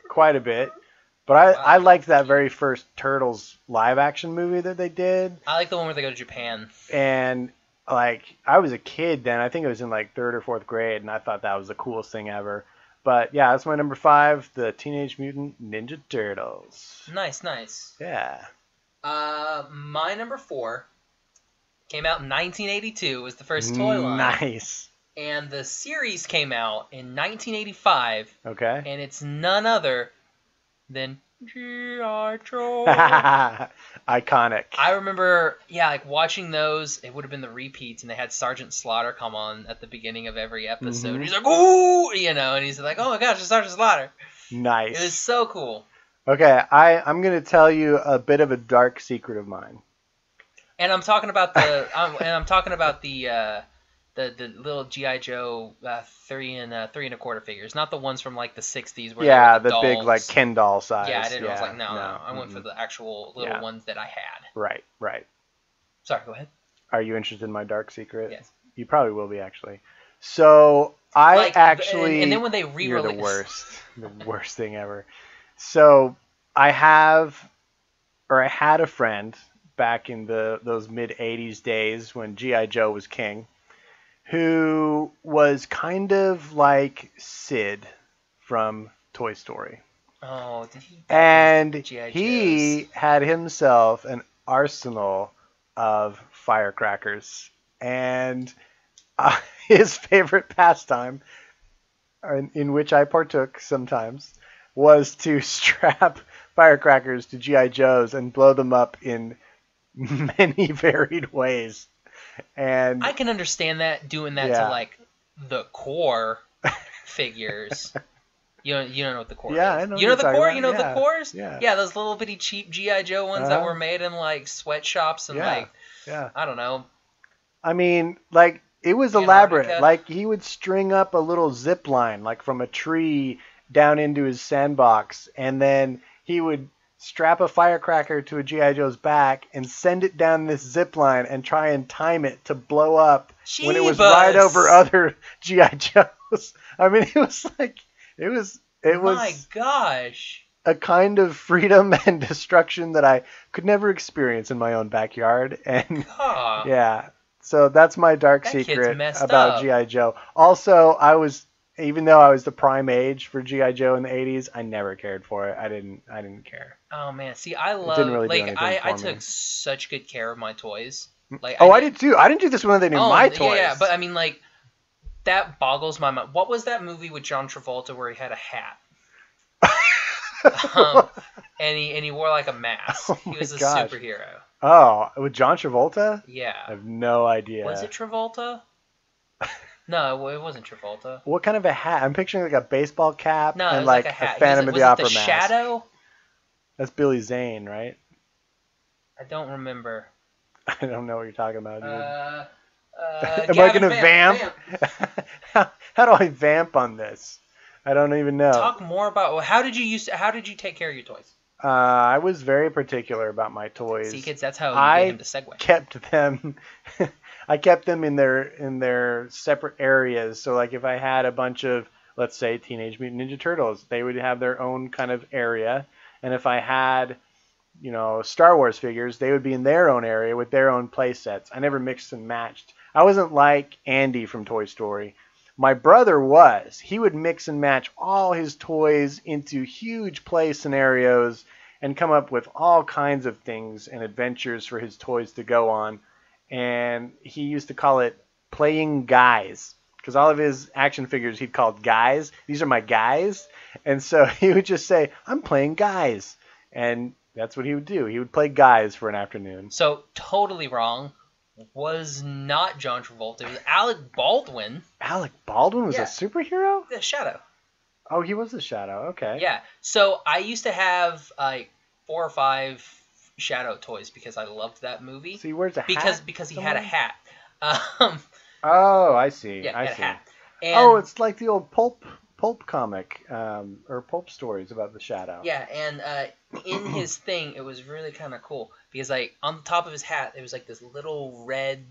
S2: quite a bit, but I, I liked that very first Turtles live action movie that they did,
S1: I like the one where they go to Japan.
S2: and like I was a kid then. I think it was in like third or fourth grade, and I thought that was the coolest thing ever. But yeah, that's my number five, the Teenage Mutant Ninja Turtles.
S1: Nice, nice.
S2: Yeah.
S1: Uh, my number four came out in 1982. Was the first toy line,
S2: Nice.
S1: and the series came out in 1985,
S2: Okay.
S1: and it's none other than G.I. Joe.
S2: Iconic.
S1: I remember, yeah, like watching those. It would have been the repeats, and they had Sergeant Slaughter come on at the beginning of every episode.
S2: Mhm.
S1: He's like, "Ooh," you know, and he's like, "Oh my gosh, it's Sergeant Slaughter!"
S2: Nice.
S1: It was so cool.
S2: Okay, I, I'm going to tell you a bit of a dark secret of mine.
S1: And I'm talking about the, um, and I'm talking about the, uh, the the little GI Joe uh, three and uh, three and a quarter figures, not the ones from like the '60s where they
S2: yeah,
S1: were
S2: the big like
S1: dolls.
S2: Ken doll size.
S1: Yeah, I didn't. I was like, no, no, I went for
S2: mm-mm.
S1: the actual little
S2: Yeah.
S1: ones that I had.
S2: Right, right.
S1: Sorry, go ahead.
S2: Are you interested in my dark secret?
S1: Yes.
S2: You probably will be actually. So I
S1: Like,
S2: actually.
S1: and, and then when they re
S2: You're
S1: released
S2: the worst. the worst thing ever. So I have, or I had a friend back in the those mid '80s days when GI Joe was king, who was kind of like Sid from Toy Story,
S1: Oh, did he?
S2: and
S1: G.I.
S2: he had himself an arsenal of firecrackers, and uh, his favorite pastime, in, in which I partook sometimes, was to strap firecrackers to GI Joes and blow them up in many varied ways. And
S1: I can understand that doing that to
S2: Yeah.
S1: like the core figures. You know, you don't know what the core
S2: Yeah,
S1: is.
S2: I know what
S1: you know
S2: you're
S1: the
S2: talking
S1: core.
S2: about,
S1: You know
S2: yeah,
S1: the cores.
S2: yeah.
S1: those little bitty cheap GI Joe ones that
S2: Uh-huh.
S1: were made in like sweatshops and
S2: Yeah.
S1: like
S2: yeah,
S1: I don't know.
S2: I mean, like it was elaborate.
S1: Antarctica.
S2: Like he would string up a little zip line, like from a tree down into his sandbox, and then he would strap a firecracker to a GI Joe's back and send it down this zip line and try and time it to blow up when it was right
S1: Jeebus.
S2: over other GI Joes. I mean, it was like it was it was
S1: My gosh.
S2: a kind of freedom and destruction that I could never experience in my own backyard and.
S1: Ah.
S2: Yeah. So that's my dark
S1: That kid's
S2: secret
S1: messed up.
S2: about GI Joe. Also, I was even though I was the prime age for GI Joe in the 80s, I never cared for it. I didn't I didn't care.
S1: Oh man, see, I love
S2: didn't really do
S1: like
S2: anything
S1: I, I
S2: for me.
S1: took such good care of my toys. Like
S2: Oh, I
S1: did-
S2: did too. I didn't do this one they knew
S1: oh,
S2: my
S1: yeah,
S2: toys.
S1: Yeah, but I mean like that boggles my mind. What was that movie with John Travolta where he had a hat? um, and he and he wore like a mask.
S2: Oh
S1: he
S2: my
S1: was a
S2: gosh.
S1: superhero.
S2: Oh, with John Travolta?
S1: Yeah.
S2: I have no idea.
S1: Was it Travolta? No, it wa- it wasn't Travolta.
S2: what kind of a hat? I'm picturing like a baseball cap
S1: No, it
S2: and
S1: was
S2: like,
S1: like a hat. He was-
S2: Phantom of
S1: was
S2: the
S1: it
S2: Opera
S1: the
S2: mask.
S1: Shadow?
S2: That's Billy Zane, right?
S1: I don't remember.
S2: I don't know what you're talking about. dude.
S1: Uh, uh,
S2: Am I
S1: Gavin,
S2: gonna vamp? how, how do I vamp on this? I don't even know.
S1: Talk more about well, how did you use how did you take care of your toys?
S2: Uh, I was very particular about my toys.
S1: See, kids, that's how you
S2: I
S1: get him to segue.
S2: kept them. I kept them in their in their separate areas. So like if I had a bunch of let's say Teenage Mutant Ninja Turtles, they would have their own kind of area. And if I had you know Star Wars figures, they would be in their own area with their own play sets. I never mixed and matched. I wasn't like Andy from Toy Story My brother was. He would mix and match all his toys into huge play scenarios and come up with all kinds of things and adventures for his toys to go on. And he used to call it playing guys because all of his action figures he'd called guys. These are my guys. And so he would just say, I'm playing guys. And that's what he would do. He would play guys for an afternoon.
S1: So totally wrong. Was not John Travolta. It was Alec Baldwin,
S2: Alec Baldwin was
S1: Yeah.
S2: a superhero?
S1: the Shadow.
S2: Oh, he was a shadow. Okay.
S1: Yeah. So I used to have like four or five Shadow toys because I loved that movie.
S2: So he wears a
S1: because
S2: hat?
S1: because he had a
S2: somewhere?
S1: hat. Um,
S2: Oh, I see.
S1: yeah,
S2: I
S1: had
S2: see.
S1: a hat. And,
S2: Oh, it's like the old pulp pulp comic um, or pulp stories about the shadow.
S1: Yeah, and uh, in his thing, it was really kind of cool because like on the top of his hat, there was like this little red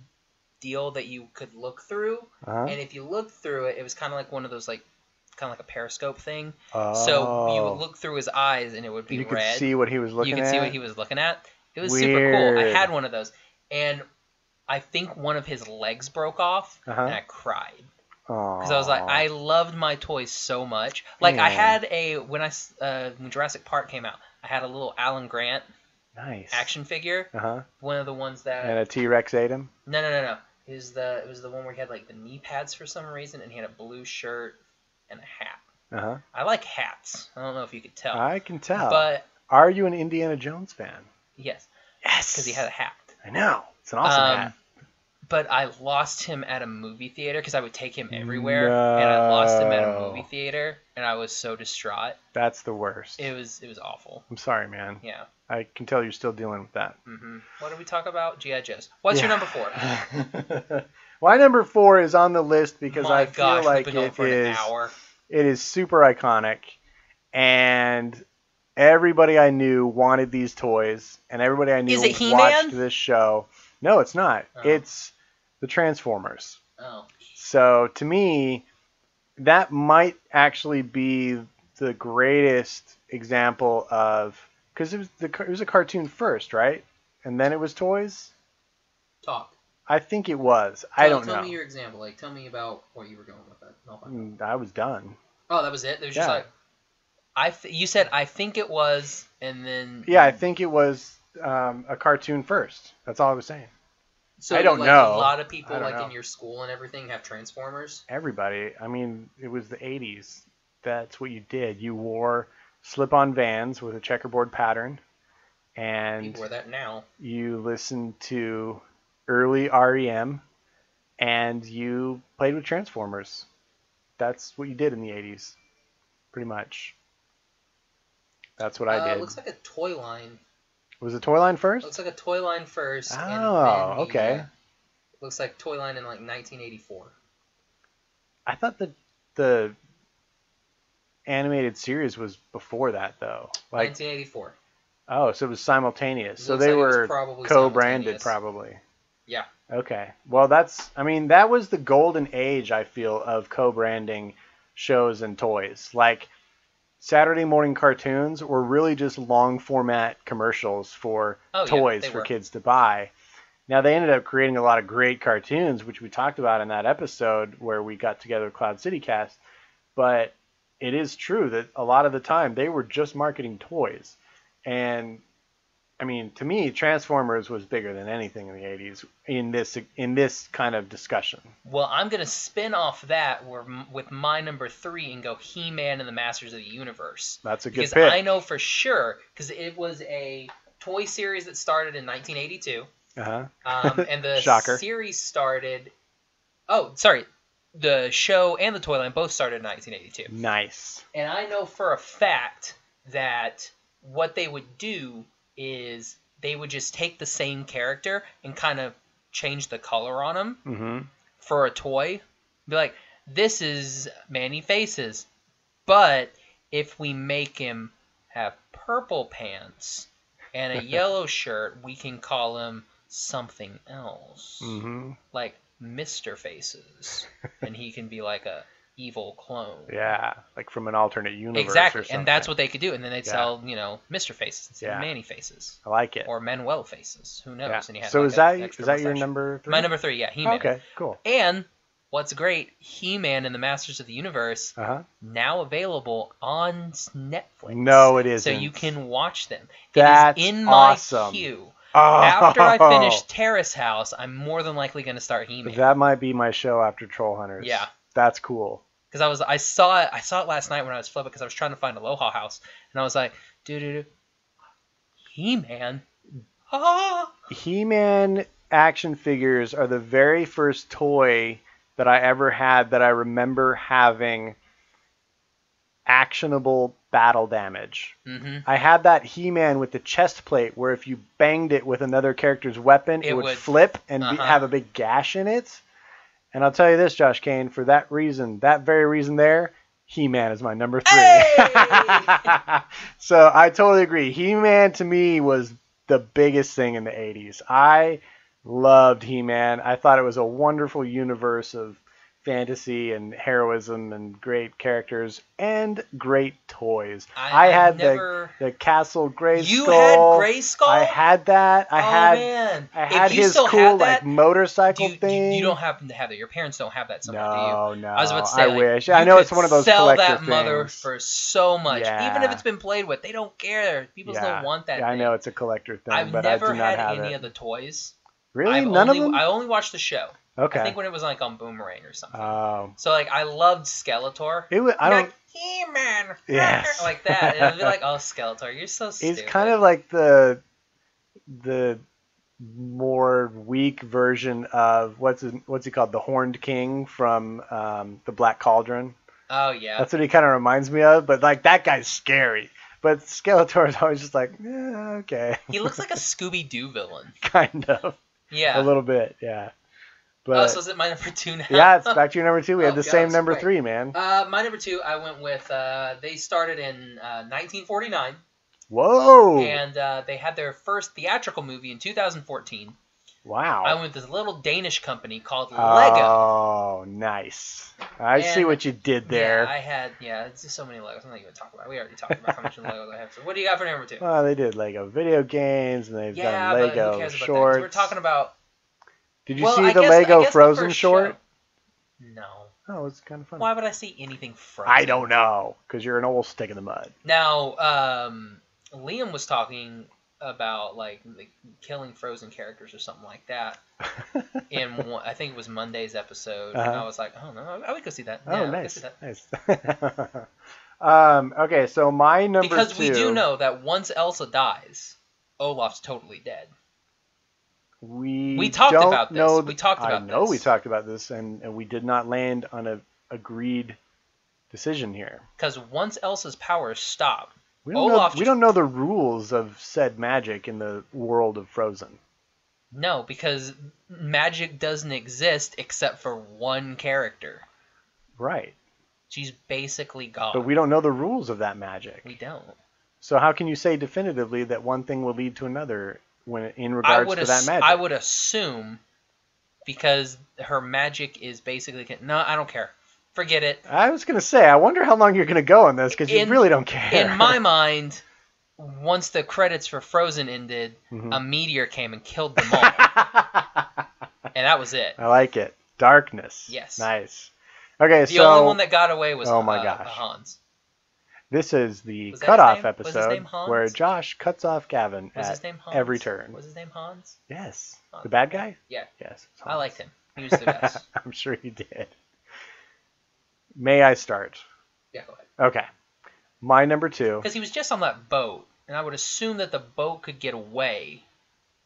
S1: deal that you could look through,
S2: Uh-huh.
S1: and if you looked through it, it was kind of like one of those like kind of like a periscope thing. So you
S2: Oh.
S1: would look through his eyes, and it would be
S2: You could
S1: red.
S2: see what he was looking
S1: you could
S2: at.
S1: see what he was looking at. It was super cool. I
S2: Weird.
S1: had one of those, and I think one of his legs broke off,
S2: Uh-huh.
S1: and I cried. because I was like, I loved my toys so much. Like I
S2: Yeah.
S1: had a when I s- uh, when Jurassic Park came out, I had a little Alan Grant
S2: nice
S1: action Uh, figure,
S2: Uh huh.
S1: one of the ones that
S2: And a T Rex ate him.
S1: no no no no. It was the it was the one where he had like the knee pads for some reason, and he had a blue shirt and a hat.
S2: Uh huh.
S1: I like hats. I don't know if you could tell,
S2: I can tell.
S1: but
S2: Are you an Indiana Jones fan?
S1: yes,
S2: Yes.
S1: because he had a hat.
S2: I know. It's an awesome
S1: Um,
S2: hat.
S1: But I lost him at a movie theater because I would take him everywhere, and I lost him at a
S2: No.
S1: movie theater, and I was so distraught.
S2: That's the worst.
S1: It was it was awful.
S2: I'm sorry, man.
S1: Yeah.
S2: I can tell you're still dealing with that.
S1: hmm What did we talk about? GI Joes. What's your
S2: Yeah.
S1: number four?
S2: My number four is on the list because
S1: My
S2: I feel
S1: gosh,
S2: like
S1: we've been going
S2: it
S1: for an
S2: is
S1: hour.
S2: it is super iconic, and everybody I knew wanted these toys, and everybody I knew
S1: Is it He-Man?
S2: watched this show. No, it's not.
S1: Oh.
S2: It's the Transformers.
S1: Oh,
S2: So to me, that might actually be the greatest example of because it was the it was a cartoon first, right? And then it was toys.
S1: talk.
S2: I think it was. I don't know.
S1: example. Like, tell me about what you were going with that.
S2: Mm, I was done.
S1: Oh, that was it. It was just
S2: Yeah.
S1: like, I. Th- you said I think it was, and then
S2: Yeah, I think it was um, a cartoon first. That's all I was saying.
S1: So
S2: I don't
S1: like,
S2: know.
S1: A lot of people,
S2: I don't
S1: like
S2: know.
S1: in your school and everything, have Transformers.
S2: Everybody. I mean, it was the '80s. That's what you did. You wore slip-on Vans with a checkerboard pattern, and
S1: People wear that now.
S2: you listened to early REM, and you played with Transformers. That's what you did in the 80s, pretty much. That's what I
S1: uh,
S2: did.
S1: it Looks like a toy line.
S2: was the toy line first?
S1: Looks like a toy line first. and then
S2: Oh,
S1: the,
S2: okay.
S1: uh, looks like toy line in like 1984.
S2: I thought the the animated series was before that though. Like
S1: 1984.
S2: oh, so it was simultaneous. so
S1: Looks
S2: they
S1: like it was
S2: were
S1: probably
S2: co-branded
S1: simultaneous.
S2: probably.
S1: Yeah.
S2: Okay. Well, that's I mean, that was the golden age I feel of co-branding shows and toys. Like Saturday morning cartoons were really just long format commercials for
S1: Oh, yeah,
S2: toys
S1: they
S2: for
S1: were.
S2: kids to buy. Now they ended up creating a lot of great cartoons, which we talked about in that episode where we got together with Cloud City Cast, but it is true that a lot of the time they were just marketing toys. And I mean, to me, Transformers was bigger than anything in the 80s in this in this kind of discussion.
S1: Well, I'm gonna spin off that where, with my number three and go He-Man and the Masters of the Universe
S2: That's a good
S1: because
S2: pick.
S1: I know for sure because it was a toy series that started in 1982,
S2: uh-huh.
S1: um, and the
S2: Shocker.
S1: series started. Oh, sorry, the show and the toy line both started in 1982,
S2: Nice.
S1: and I know for a fact that what they would do is they would just take the same character and kind of change the color on them
S2: Mhm.
S1: for a toy. Be like, this is Manny Faces, but if we make him have purple pants and a yellow shirt, we can call him something else,
S2: Mhm.
S1: like Mister Faces, and he can be like a evil clone.
S2: Yeah, like from an alternate universe.
S1: Exactly,
S2: or
S1: and that's
S2: something.
S1: what they could do, and then they'd
S2: Yeah.
S1: sell, you know, Mister Faces instead
S2: Yeah.
S1: of Manny Faces
S2: I like it.
S1: or Manuel Faces. Who knows?
S2: Yeah.
S1: And he had
S2: so
S1: like
S2: is
S1: a
S2: that is
S1: extra
S2: that your
S1: mustache.
S2: number? Three?
S1: My number three, yeah, he
S2: Okay, cool.
S1: And What's great, He Man and the Masters of the Universe,
S2: Uh huh.
S1: now available on s- Netflix.
S2: No, it isn't.
S1: So you can watch them.
S2: That's
S1: it is in my
S2: awesome.
S1: queue.
S2: Oh,
S1: After I finish Terrace House, I'm more than likely going to start He Man.
S2: Oh, that might be my show after Troll Hunters.
S1: Yeah.
S2: That's cool.
S1: because I was I saw it I saw it last night when I was flipping because I was trying to find Aloha House and I was like, dude, dude, He Man, ah,
S2: He-Man action figures are the very first toy that I ever had that I remember having actionable battle damage.
S1: mm-hmm.
S2: I had that He-Man with the chest plate where if you banged it with another character's weapon, it,
S1: It
S2: would,
S1: would-
S2: flip and be,
S1: uh-huh.
S2: have a big gash in it. And I'll tell you this, Josh Kane, for that reason, that very reason there, He-Man is my number three.
S1: Hey!
S2: so I totally agree. He-Man to me was the biggest thing in the 80s. I loved He-Man. I thought it was a wonderful universe of fantasy and heroism and great characters and great toys. I,
S1: I- I've
S2: had
S1: never-
S2: the the Castle Grayskull.
S1: you had Grayskull.
S2: I had that. I
S1: oh,
S2: had
S1: man.
S2: I had
S1: if you
S2: his
S1: still
S2: cool
S1: have
S2: like
S1: that, do
S2: motorcycle
S1: you, do
S2: thing.
S1: you, you don't happen to have that. Your parents don't have that somewhere, do you?
S2: no, no.
S1: I was about to say,
S2: I
S1: like,
S2: wish.
S1: you
S2: I know it's
S1: could
S2: one of those
S1: sell
S2: collector
S1: that
S2: things.
S1: mother for so much, even
S2: Yeah.
S1: if it's been played with. They don't care. People
S2: Yeah.
S1: still want that.
S2: yeah, I
S1: thing.
S2: know it's a collector thing,
S1: I've
S2: but I
S1: never
S2: do not
S1: had
S2: have
S1: any
S2: it.
S1: of the toys.
S2: really,
S1: I've
S2: none
S1: only,
S2: of them.
S1: I only watched the show.
S2: okay.
S1: I think when it was like on Boomerang or something.
S2: Oh,
S1: So like I loved Skeletor.
S2: it was. I
S1: You're
S2: don't.
S1: like, He-Man.
S2: Yes.
S1: like that. And I'd be like, oh Skeletor, you're so stupid.
S2: It's kind of like the the more weak version of what's his, what's he called the Horned King from um, the Black Cauldron.
S1: Oh yeah.
S2: That's what he kind of reminds me of. But like that guy's scary. But Skeletor is always just like, "Yeah, okay,
S1: he looks like a Scooby Doo villain.
S2: kind of
S1: Yeah.
S2: a little bit, yeah. But
S1: oh, so is it my number two now?
S2: yeah, it's back to your number two. We
S1: Oh,
S2: had the
S1: God,
S2: same
S1: it's
S2: number
S1: quick.
S2: three, man.
S1: Uh, my number two, I went with. Uh, they started in uh, 1949,
S2: Whoa!
S1: and uh, they had their first theatrical movie in 2014.
S2: wow.
S1: I went with this little Danish company called Lego.
S2: Oh, nice. I see
S1: And-
S2: what you did there.
S1: Yeah, I had yeah, it's just so many Legos. I'm not even talking about. it. We already talked about how much Legos I have. So what do you got for number two?
S2: Well, they did Lego video games, and they've
S1: yeah,
S2: done
S1: but who cares
S2: Lego
S1: about that? 'Cause
S2: shorts.
S1: We're talking about.
S2: Did you
S1: well,
S2: see
S1: I
S2: the
S1: guess- I
S2: Lego
S1: guess the
S2: Frozen
S1: first
S2: short?
S1: show- No.
S2: Oh, it's kind of funny.
S1: Why would I see anything Frozen?
S2: I don't know, because you're an old stick in the mud.
S1: Now, um, Liam was talking about like, like killing Frozen characters or something like that. in one, I think it was Monday's episode, and
S2: Uh-huh.
S1: I was like, oh no, I would go see that.
S2: Oh,
S1: Yeah, I would go
S2: nice,
S1: see that.
S2: nice. um, okay, so my number
S1: Because
S2: two.
S1: we do know that once Elsa dies, Olaf's totally dead.
S2: we
S1: We talked
S2: don't
S1: about this.
S2: know
S1: We talked
S2: I
S1: about
S2: know
S1: this.
S2: we talked about this, and, and we did not land on a agreed decision here.
S1: Because once Elsa's powers stop,
S2: We don't, know,
S1: Olaf
S2: we
S1: just-
S2: don't know the rules of said magic in the world of Frozen.
S1: no, because magic doesn't exist except for one character.
S2: Right.
S1: She's basically gone.
S2: But we don't know the rules of that magic.
S1: We don't.
S2: So how can you say definitively that one thing will lead to another when in
S1: I
S2: regards
S1: would
S2: to that
S1: ass-
S2: magic?
S1: I would assume because her magic is basically con- no, I don't care. Forget it.
S2: I was gonna say, I wonder how long you're gonna go on this because you
S1: In-
S2: really don't care.
S1: In my mind, once the credits for Frozen ended,
S2: Mhm.
S1: a meteor came and killed them all, and that was it.
S2: I like it. Darkness.
S1: Yes.
S2: Nice. Okay,
S1: The
S2: so
S1: only one that got away was
S2: Oh my
S1: uh,
S2: gosh.
S1: Hans.
S2: this is the
S1: Was that his
S2: cutoff
S1: name? Was his
S2: episode
S1: name Hans?
S2: where Josh cuts off Gavin
S1: Was
S2: at
S1: his name Hans?
S2: every turn.
S1: Was his name Hans?
S2: Yes.
S1: Hans.
S2: The bad guy?
S1: Yeah,
S2: Yes. it's
S1: I
S2: Hans.
S1: liked him. He was the best.
S2: I'm sure you did. May I start?
S1: yeah, go ahead.
S2: Okay. My number two.
S1: Because he was just on that boat, and I would assume that the boat could get away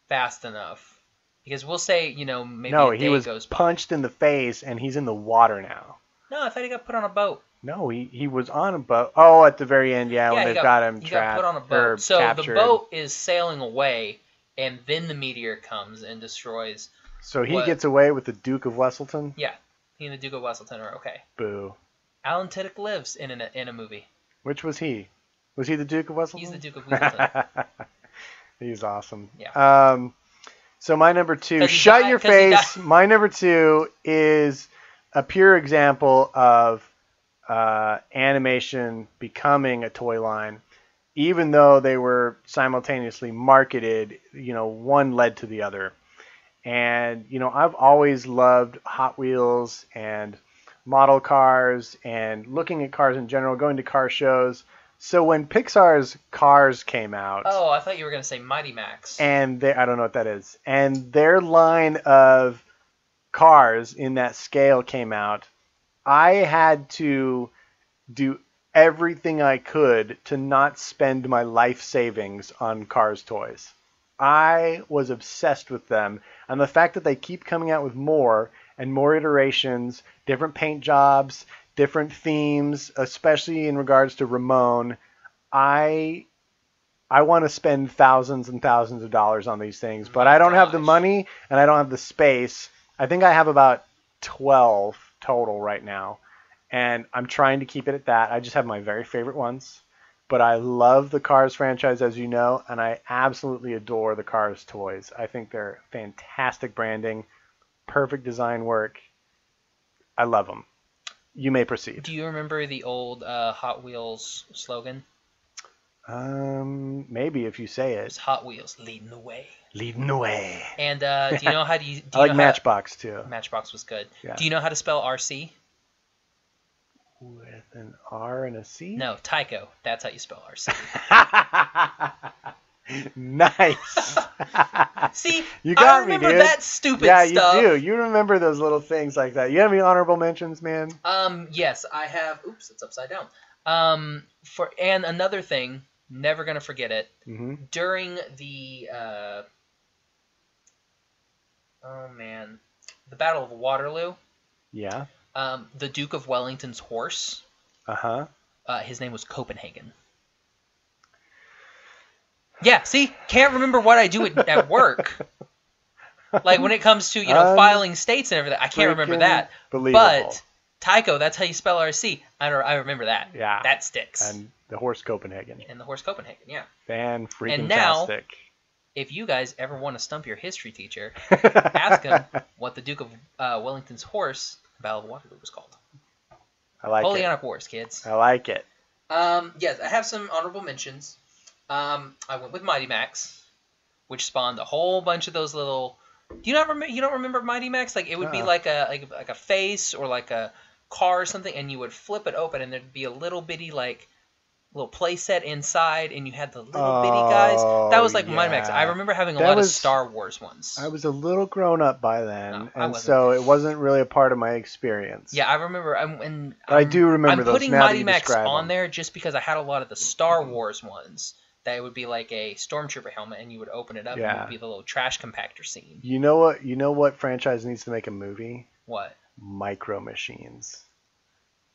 S1: fast enough. Because we'll say, you know, maybe
S2: No,
S1: a
S2: he
S1: day
S2: was
S1: goes by.
S2: punched in the face and he's in the water now.
S1: No, I thought he got put on a boat.
S2: No, he, he was on a boat. Oh, at the very end, yeah, when
S1: yeah,
S2: they
S1: he
S2: got,
S1: got,
S2: him
S1: he
S2: trapped.
S1: got put on a
S2: or
S1: boat. So the
S2: captured.
S1: boat is sailing away, and then the meteor comes and destroys.
S2: So he
S1: what-
S2: gets away with the Duke of Wesselton.
S1: Yeah, he and the Duke of Wesselton are okay.
S2: Boo.
S1: Alan Tiddick lives in a, in a movie.
S2: Which was he? Was he the Duke of Wesselton?
S1: He's the Duke of Wesselton.
S2: He's awesome.
S1: Yeah.
S2: Um, so my number two,
S1: 'Cause he
S2: shut
S1: died-
S2: your
S1: 'cause he
S2: face.
S1: died.
S2: My number two is a pure example of uh, animation becoming a toy line, even though they were simultaneously marketed. You know, one led to the other, And you know, I've always loved Hot Wheels and model cars and looking at cars in general, going to car shows. So when Pixar's Cars came out,
S1: Oh, I thought you were gonna say Mighty Max.
S2: and they, I don't know what that is, and their line of cars in that scale came out, I had to do everything I could to not spend my life savings on Cars toys. I was obsessed with them, and the fact that they keep coming out with more and more iterations, different paint jobs, different themes, especially in regards to Ramon, I I want to spend thousands and thousands of dollars on these things, but I don't have the
S1: gosh.
S2: money and I don't have the space. I think I have about 12 total right now, and I'm trying to keep it at that. I just have my very favorite ones, but I love the Cars franchise as you know, and I absolutely adore the Cars toys. I think they're fantastic branding, perfect design work. I love them. You may proceed.
S1: Do you remember the old uh, Hot Wheels slogan?
S2: Um, maybe if you say
S1: It's
S2: it.
S1: Hot Wheels leading the way.
S2: Lead the way.
S1: And uh, do you know how do you? Do
S2: I
S1: you
S2: like
S1: know
S2: Matchbox too.
S1: How, Matchbox was good.
S2: Yeah.
S1: Do you know how to spell RC?
S2: With an R and a C.
S1: No, Tyco. That's how you spell RC.
S2: nice.
S1: See,
S2: You got
S1: I
S2: me,
S1: remember
S2: dude.
S1: that stupid
S2: yeah,
S1: stuff.
S2: you do. You remember those little things like that. You have any honorable mentions, man?
S1: Um, yes, I have. Oops, it's upside down. Um, for and another thing, never gonna forget it.
S2: Mm-hmm.
S1: During the uh, oh man, the Battle of Waterloo,
S2: Yeah.
S1: um, the Duke of Wellington's horse,
S2: Uh huh.
S1: uh, his name was Copenhagen. Yeah, see, can't remember what I do at, at work. Like when it comes to you know
S2: Un-
S1: filing states and everything, I can't remember that.
S2: Believable.
S1: But Tycho, that's how you spell RC. I don't. I remember that.
S2: Yeah.
S1: That sticks. And,
S2: and the horse Copenhagen.
S1: the horse Copenhagen. Yeah.
S2: Fan freaking
S1: And now-
S2: tastic.
S1: If you guys ever want to stump your history teacher, ask him what the Duke of uh, Wellington's horse, the Battle of Waterloo, was called.
S2: I like
S1: Napoleonic Wars, kids.
S2: it. I like it.
S1: Um, yes, I have some honorable mentions. Um, I went with Mighty Max, which spawned a whole bunch of those little. Do you not remember? You don't remember Mighty Max? Like it would be
S2: Uh-uh.
S1: like a like like a face or like a car or something, and you would flip it open, and there'd be a little bitty like little play set inside, and you had the little bitty guys. That was
S2: Oh,
S1: like Mighty Max. I
S2: yeah.
S1: remember having a
S2: That
S1: lot of
S2: was-
S1: Star Wars ones.
S2: I was a little grown up by then,
S1: No, I
S2: and
S1: wasn't.
S2: so it wasn't really a part of my experience.
S1: Yeah, I remember. I'm, and
S2: But I
S1: I'm-
S2: do remember
S1: I'm
S2: those
S1: putting
S2: now that
S1: Mighty
S2: you
S1: Max
S2: describe
S1: on
S2: them.
S1: there just because I had a lot of the Star Wars ones that it would be like a stormtrooper helmet, and you would open it up, and it
S2: Yeah.
S1: would be the little trash compactor scene.
S2: You know what? You know what franchise needs to make a movie?
S1: What?
S2: Micro Machines.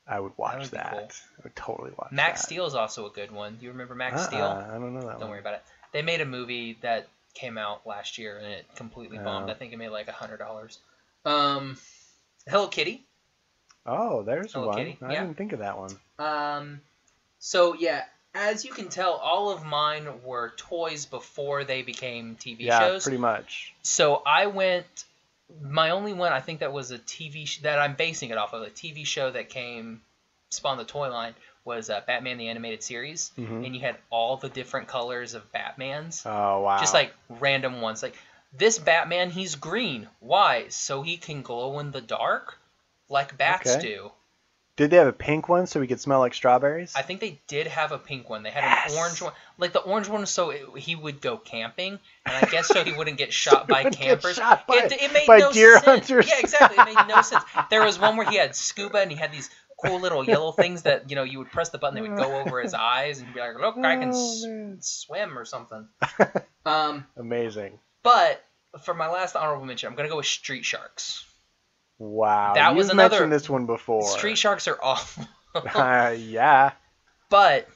S2: I would watch
S1: would be
S2: that.
S1: cool.
S2: I would totally watch
S1: Max
S2: that.
S1: Steel is also a good one. Do you remember Max
S2: Uh-uh,
S1: Steel?
S2: I don't know that
S1: Don't
S2: one.
S1: worry about it. They made a movie that came out last year, and it completely bombed.
S2: Oh.
S1: I think it made like a hundred dollars. Um, Hello Kitty.
S2: Oh, there's
S1: Hello
S2: one.
S1: Kitty,
S2: I
S1: yeah.
S2: didn't think of that one.
S1: Um, so yeah, as you can tell, all of mine were toys before they became TV
S2: yeah,
S1: shows.
S2: pretty much.
S1: So I went. My only one, I think that was a TV sh- that I'm basing it off of a TV show that came spawned the toy line was uh, Batman the Animated Series,
S2: Mhm.
S1: and you had all the different colors of Batman's,
S2: Oh wow.
S1: just like random ones. Like this Batman, he's green. Why? So he can glow in the dark, like bats
S2: Okay.
S1: do.
S2: Did they have a pink one so we could smell like strawberries?
S1: I think they did have a pink one. They had
S2: Yes.
S1: an orange one. Like the orange one, was so it, he would go camping, and I guess so he wouldn't get shot by
S2: wouldn't get
S1: campers.
S2: shot by-
S1: it, it made
S2: by
S1: no
S2: deer
S1: sense.
S2: hunters.
S1: Yeah, exactly. It made no sense. There was one where he had scuba, and he had these cool little yellow things that you know you would press the button, they would go over his eyes, and you'd be like, "Look, I can
S2: Oh,
S1: s-
S2: man.
S1: swim or something." Um,
S2: Amazing.
S1: but for my last honorable mention, I'm gonna go with Street Sharks.
S2: Wow.
S1: That
S2: You've
S1: was another-
S2: mentioned this one before.
S1: Street Sharks are awful.
S2: uh, yeah.
S1: but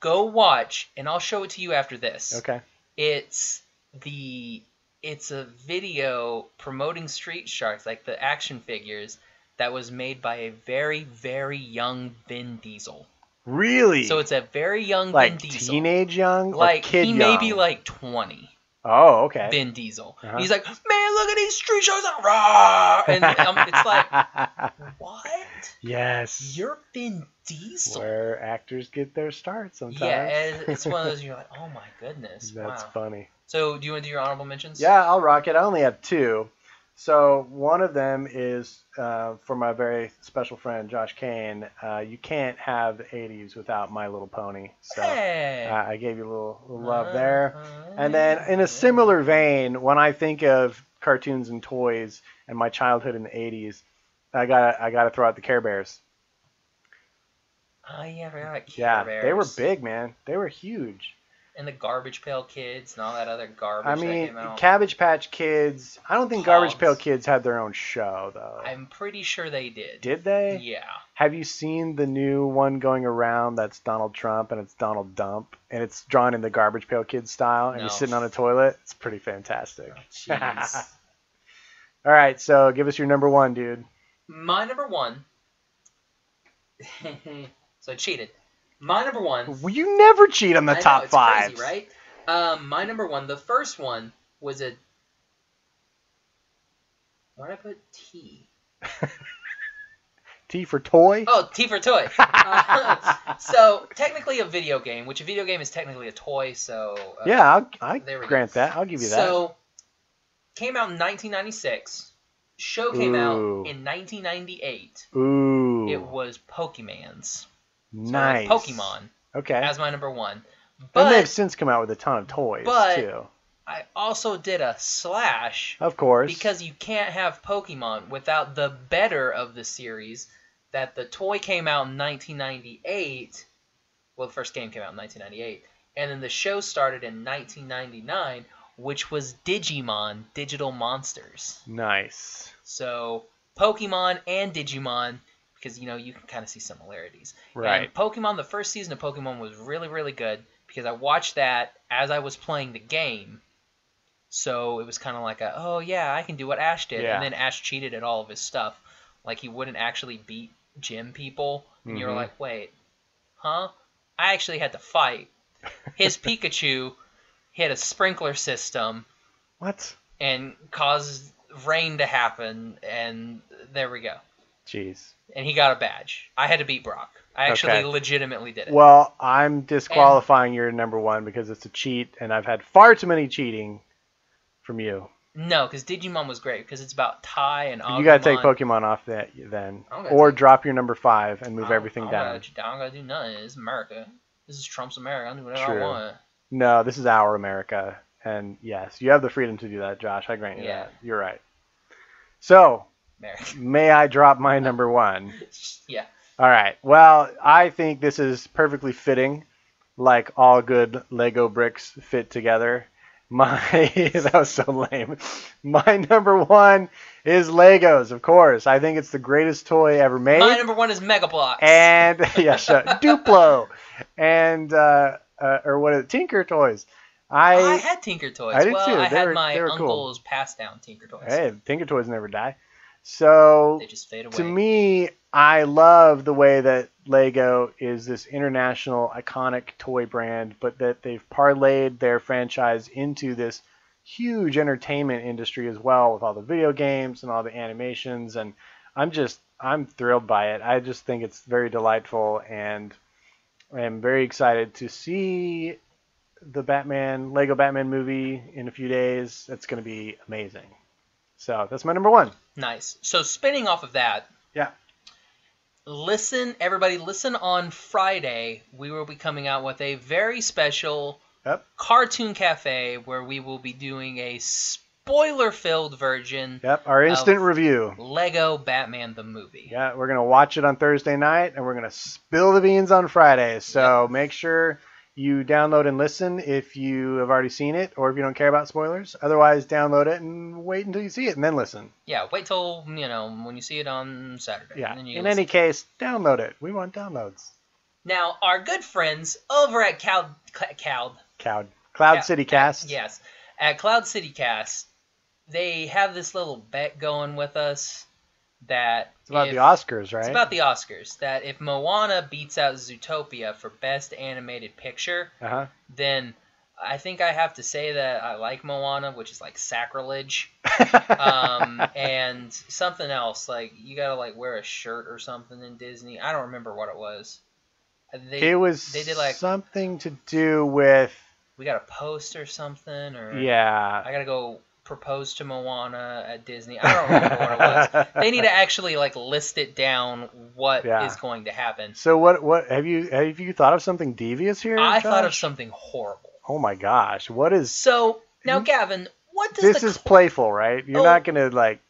S1: go watch, and I'll show it to you after this.
S2: Okay.
S1: it's the it's a video promoting Street Sharks, like the action figures, that was made by a very very young Vin Diesel.
S2: Really?
S1: So it's a very young
S2: like
S1: Vin Diesel,
S2: teenage young, or
S1: like
S2: kid
S1: he
S2: young.
S1: may be like twenty.
S2: Oh, okay.
S1: Vin Diesel.
S2: Uh-huh.
S1: He's like, man, look at these Street Sharks, rah! and um, it's like, what? What?
S2: Yes.
S1: You're Vin Diesel.
S2: where actors get their start sometimes.
S1: yeah, it- it's one of those you're like, oh my goodness.
S2: That's
S1: wow.
S2: funny.
S1: So do you want to do your honorable mentions?
S2: Yeah, I'll rock it. I only have two. So one of them is uh, for my very special friend Josh Kane. Uh, you can't have the 80s without My Little Pony. So
S1: Hey. Uh,
S2: uh, I gave you a little, little love there. And then, in a similar vein, when I think of cartoons and toys and my childhood in the '80s, I got I got to throw out the Care Bears.
S1: Oh yeah, I forgot about Care
S2: Yeah, they were
S1: Bears.
S2: big, man. They were huge.
S1: And the Garbage Pail Kids and all that other garbage
S2: I
S1: that
S2: mean,
S1: came out.
S2: Cabbage Patch Kids. I don't think Garbage
S1: Pogs.
S2: Pail Kids had their own show though.
S1: I'm pretty sure they did.
S2: Did they?
S1: Yeah.
S2: Have you seen the new one going around that's Donald Trump and it's Donald Dump and it's drawn in the Garbage Pail Kids style and
S1: No.
S2: he's sitting on a toilet? It's pretty fantastic.
S1: Jeez.
S2: All right, so give us your number one, dude.
S1: My number one. so I cheated. My number one.
S2: Well, You never cheat on the
S1: I know,
S2: top
S1: it's
S2: five,
S1: crazy, right? Um, my number one. The first one was a. Why did I put T?
S2: T for toy.
S1: Oh, T for toy. Uh, so technically a video game, which a video game is technically a toy. So uh,
S2: yeah, I'll, I
S1: there we go.
S2: grant that. I'll give you that.
S1: So, came out in 1996. Show came out
S2: Ooh.
S1: in 1998.
S2: Ooh,
S1: It was Pokemon's. So I
S2: nice.
S1: had Pokemon
S2: Okay,
S1: as my number one.
S2: and they've
S1: But
S2: since come out with a ton of toys
S1: but-
S2: too.
S1: I also did a slash
S2: Of course,
S1: because you can't have Pokemon without the better of the series. That the toy came out in 1998. Well, the first game came out in 1998, and then the show started in 1999, which was Digimon Digital Monsters.
S2: nice.
S1: So Pokemon and Digimon, because you know you can kind of see similarities.
S2: Right.
S1: And Pokemon, the first season of Pokemon was really really good because I watched that as I was playing the game. So it was kind of like a oh yeah I can do what Ash did,
S2: Yeah.
S1: and then Ash cheated at all of his stuff, like he wouldn't actually beat gym people. And you were
S2: Mhm.
S1: like wait, huh? I actually had to fight. His Pikachu hit a sprinkler system
S2: What?
S1: and caused rain to happen, and there we go.
S2: Jeez.
S1: And he got a badge. I had to beat Brock. I actually
S2: Okay.
S1: legitimately did it.
S2: Well, I'm disqualifying your number one because it's a cheat, and I've had far too many cheating from you.
S1: no, because Digimon was great because it's about Ty and Agumon.
S2: You gotta take Pokemon off that then,
S1: Oh, I'm gonna
S2: or
S1: take-
S2: drop your number five and move
S1: I'm-
S2: everything
S1: I'm
S2: down.
S1: Gonna, I'm gonna do nothing. It's America. This is Trump's America. I'll do whatever
S2: True.
S1: I want.
S2: No, this is our America. And yes, you have the freedom to do that, Josh. I grant you
S1: Yeah.
S2: that. You're right. So,
S1: America.
S2: may I drop my number one?
S1: yeah.
S2: All right. Well, I think this is perfectly fitting, like all good Lego bricks fit together. My that was so lame. My number one is Legos, of course. I think it's the greatest toy ever made.
S1: My number one is Mega Bloks.
S2: and yeah, sure, Duplo, and uh, uh, or what? Is it? Tinker Toys. I,
S1: I had Tinker Toys.
S2: I did
S1: well,
S2: too.
S1: I
S2: They
S1: had
S2: were-
S1: my
S2: they were cool.
S1: uncle's passed down Tinker Toys.
S2: hey, Tinker Toys never die. So
S1: They just fade away.
S2: to me, I love the way that Lego is this international iconic toy brand, but that they've parlayed their franchise into this huge entertainment industry as well with all the video games and all the animations and I'm just I'm thrilled by it. I just think it's very delightful and I'm very excited to see the Batman Lego Batman movie in a few days. It's going to be amazing. So, that's my number 1.
S1: Nice. So spinning off of that,
S2: Yeah.
S1: listen everybody listen on friday we will be coming out with a very special
S2: Yep.
S1: cartoon cafe where we will be doing a spoiler filled version
S2: Yep, our instant
S1: Of-
S2: review.
S1: lego batman the movie
S2: Yeah, we're gonna watch it on Thursday night, and we're gonna spill the beans on Friday. So make sure you download and listen if you have already seen it, or if you don't care about spoilers. Otherwise, download it and wait until you see it, and then listen.
S1: yeah wait till you know when you see it on saturday
S2: Yeah.
S1: and then you
S2: In
S1: listen.
S2: any case, download it. We want downloads.
S1: now our good friends over at cloud cloud
S2: Cloud Cloud
S1: Yeah,
S2: City Cast.
S1: Yes. At Cloud City Cast, they have this little bet going with us that
S2: It's about
S1: if-
S2: the Oscars, right?
S1: It's about the Oscars. That if Moana beats out Zootopia for Best Animated Picture,
S2: uh huh.
S1: then I think I have to say that I like Moana, which is like sacrilege, um, and something else like you gotta like wear a shirt or something in Disney. I don't remember what it was. They,
S2: it was
S1: they did like
S2: something to do with
S1: we got a post or something or
S2: yeah.
S1: I gotta go propose to Moana at Disney. I don't remember what it was. They need to actually like list it down what is
S2: Yeah.
S1: going to happen.
S2: So what what have you have you thought of something devious here?
S1: I thought of
S2: Josh?
S1: something horrible.
S2: Oh my gosh, what is
S1: So now, Gavin, what does
S2: Hmm? this
S1: the
S2: is playful, right? You're
S1: Oh.
S2: not gonna like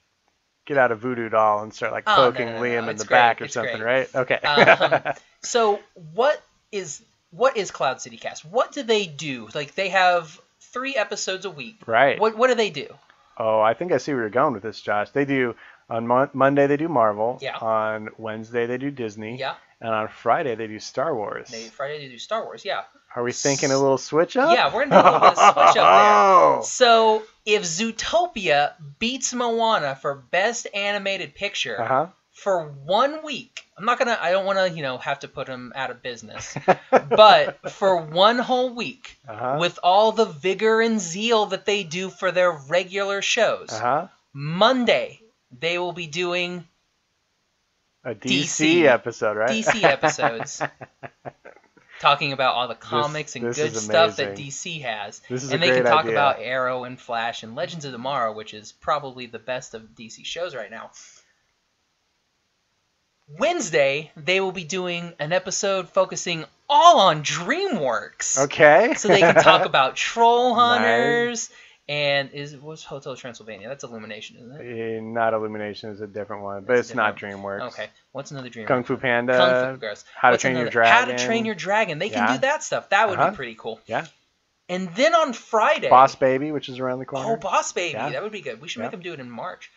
S2: get out a voodoo doll and start like
S1: Oh, no,
S2: poking
S1: no, no,
S2: Liam
S1: no,
S2: in
S1: it's
S2: the back
S1: great,
S2: or
S1: it's
S2: something,
S1: great.
S2: right? Okay.
S1: Um, so what is what is Cloud City Cast? What do they do? Like they have three episodes a week.
S2: right.
S1: What what do they do?
S2: Oh, I think I see where you're going with this, Josh. They do on Mon- Monday they do Marvel.
S1: Yeah.
S2: On Wednesday they do Disney.
S1: Yeah,
S2: And on Friday they do Star Wars.
S1: they Friday they do Star Wars. Yeah,
S2: Are we thinking a little switch up?
S1: yeah, we're gonna do a little bit of switch up there.
S2: Oh.
S1: So if Zootopia beats Moana for best animated picture
S2: Uh huh.
S1: for one week, I'm not gonna. I don't want to you know have to put them out of business, but for one whole week.
S2: Uh huh.
S1: With all the vigor and zeal that they do for their regular shows,
S2: Uh huh.
S1: Monday they will be doing
S2: A DC,
S1: DC.
S2: episode, right?
S1: DC episodes, talking about all the comics and
S2: this
S1: good
S2: is
S1: stuff that
S2: amazing.
S1: DC has,
S2: This is a
S1: and they can
S2: great
S1: talk
S2: idea.
S1: about Arrow and Flash and Legends of Tomorrow, which is probably the best of DC shows right now. Wednesday they will be doing an episode focusing all on DreamWorks,
S2: Okay.
S1: so they can talk about Troll Hunters. And is was Hotel Transylvania? That's Illumination, isn't it?
S2: Eh, Not Illumination is a different one, but
S1: It's
S2: it's not DreamWorks.
S1: Okay. What's another DreamWorks?
S2: Kung Fu Panda.
S1: Kung Fu, gross.
S2: Uh, How to
S1: What's
S2: Train Your
S1: another- How to
S2: Dragon.
S1: Train Your Dragon. They can
S2: Yeah.
S1: do that stuff. That would
S2: Uh-huh.
S1: be pretty cool.
S2: Yeah.
S1: And then on Friday,
S2: Boss Baby, which is around the corner.
S1: Oh, Boss Baby.
S2: Yeah.
S1: That would be good. We should
S2: Yeah.
S1: make them do it in March.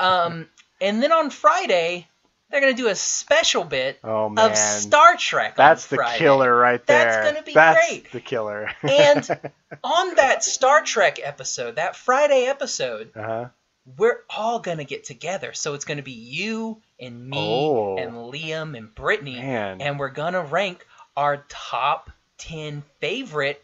S1: um, and then on Friday, they're gonna do a special bit
S2: Oh,
S1: of
S2: man.
S1: Star Trek. on
S2: That's the
S1: Friday.
S2: killer right there.
S1: That's gonna be
S2: That's
S1: great.
S2: the killer.
S1: and on that Star Trek episode, that Friday episode,
S2: uh-huh.
S1: we're all gonna get together. So it's gonna be you and me
S2: Oh.
S1: and Liam and Brittany,
S2: Man.
S1: and we're gonna rank our top ten favorite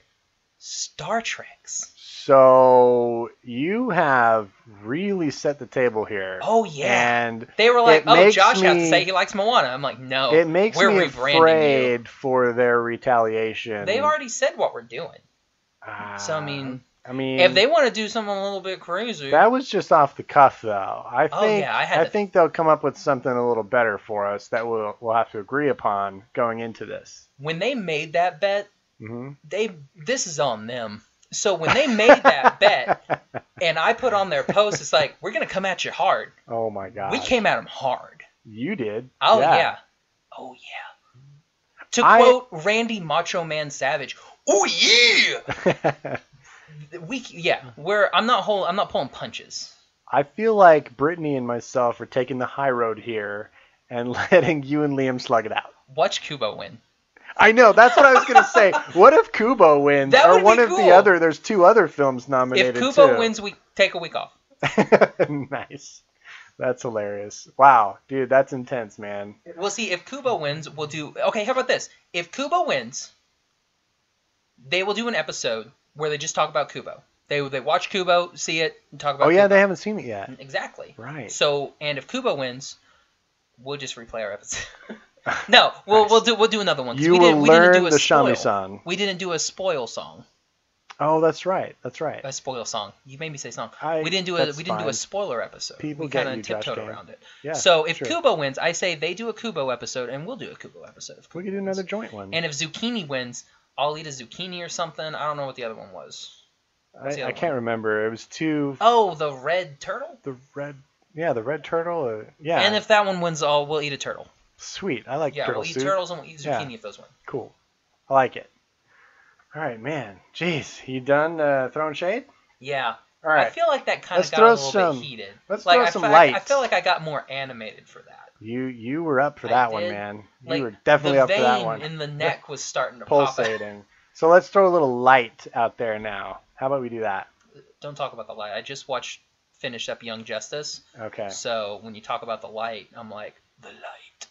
S1: Star Treks.
S2: So you have really set the table here.
S1: Oh yeah.
S2: And
S1: they were like,
S2: it
S1: "Oh,
S2: makes
S1: Josh has to
S2: me-
S1: say he likes Moana." I'm like, "No,
S2: it makes
S1: we're
S2: me
S1: rebranding
S2: afraid for their retaliation.
S1: you." They've already said what we're doing.
S2: Ah,
S1: So I mean,
S2: I mean,
S1: if they want to do something a little bit crazy,
S2: that was just off the cuff, though. I think
S1: Oh, yeah, I had to-
S2: think they'll come up with something a little better for us that we'll we'll have to agree upon going into this.
S1: when they made that bet,
S2: hmm
S1: they this is on them. So when they made that bet, and I put on their post, it's like we're gonna come at you hard.
S2: Oh my God,
S1: We came at them hard.
S2: You did.
S1: Oh yeah. Oh yeah. To
S2: I-
S1: quote Randy Macho Man Savage, "Oh yeah."
S2: yeah.
S1: We yeah, we're I'm not whole, I'm not pulling punches.
S2: I feel like Brittany and myself are taking the high road here and letting you and Liam slug it out.
S1: Watch Kubo win.
S2: I know. That's what I was gonna say. What if Kubo wins,
S1: That would
S2: or
S1: be
S2: one of
S1: cool.
S2: the other? There's two other films nominated
S1: if Kubo
S2: too.
S1: wins, we take a week off.
S2: nice. That's hilarious. Wow, dude, that's intense, man.
S1: We'll see if Kubo wins, we'll do Okay, how about this? If Kubo wins, they will do an episode where they just talk about Kubo. They they watch Kubo, see it, and talk about
S2: Oh yeah,
S1: Kubo.
S2: they haven't seen it yet.
S1: Exactly.
S2: Right.
S1: So, and if Kubo wins, we'll just replay our episode. no, we'll we'll do we'll do another one. 'cause
S2: You
S1: we
S2: will
S1: didn't, we didn't do
S2: learn
S1: a
S2: the
S1: spoil.
S2: shamisen.
S1: We didn't do a spoil song.
S2: Oh, that's right. That's right.
S1: A spoil song. You made me say song.
S2: I-
S1: we didn't do a we
S2: that's
S1: didn't do a
S2: fine.
S1: spoiler episode.
S2: People
S1: we
S2: get
S1: kind of
S2: you, Josh
S1: tiptoed
S2: Gang.
S1: around it.
S2: Yeah.
S1: so if
S2: sure.
S1: Kubo wins, I say they do a Kubo episode, and we'll do a Kubo episode. if
S2: we
S1: Kubo
S2: could do
S1: wins.
S2: another joint one.
S1: And if Zucchini wins, I'll eat a zucchini or something. I don't know what the other one was. what's the
S2: I, I
S1: other
S2: can't remember. It was two.
S1: Oh, the red turtle.
S2: The red. Yeah, the red turtle. Uh, yeah.
S1: And if that one wins, all we'll eat a turtle.
S2: sweet, I like
S1: yeah,
S2: turtle
S1: we'll eat
S2: soup.
S1: turtles and we'll eat
S2: Yeah.
S1: zucchini if those win.
S2: Cool. I like it. All right, man. Jeez, you done uh, throwing shade?
S1: Yeah.
S2: All right.
S1: I feel like that kind
S2: Let's
S1: of got a
S2: throw
S1: little
S2: some-
S1: bit heated.
S2: let's
S1: like,
S2: throw
S1: I
S2: some
S1: feel-
S2: light.
S1: I feel like I got more animated for that.
S2: you you were up for
S1: I
S2: that one,
S1: did.
S2: man. You
S1: Like,
S2: were definitely
S1: the
S2: up for that
S1: vein
S2: one.
S1: in the neck was starting to pop out.
S2: Pulsating. so let's throw a little light out there now. How about we do that?
S1: Don't talk about the light. I just watched finished up Young Justice.
S2: Okay.
S1: So when you talk about the light, I'm like the light.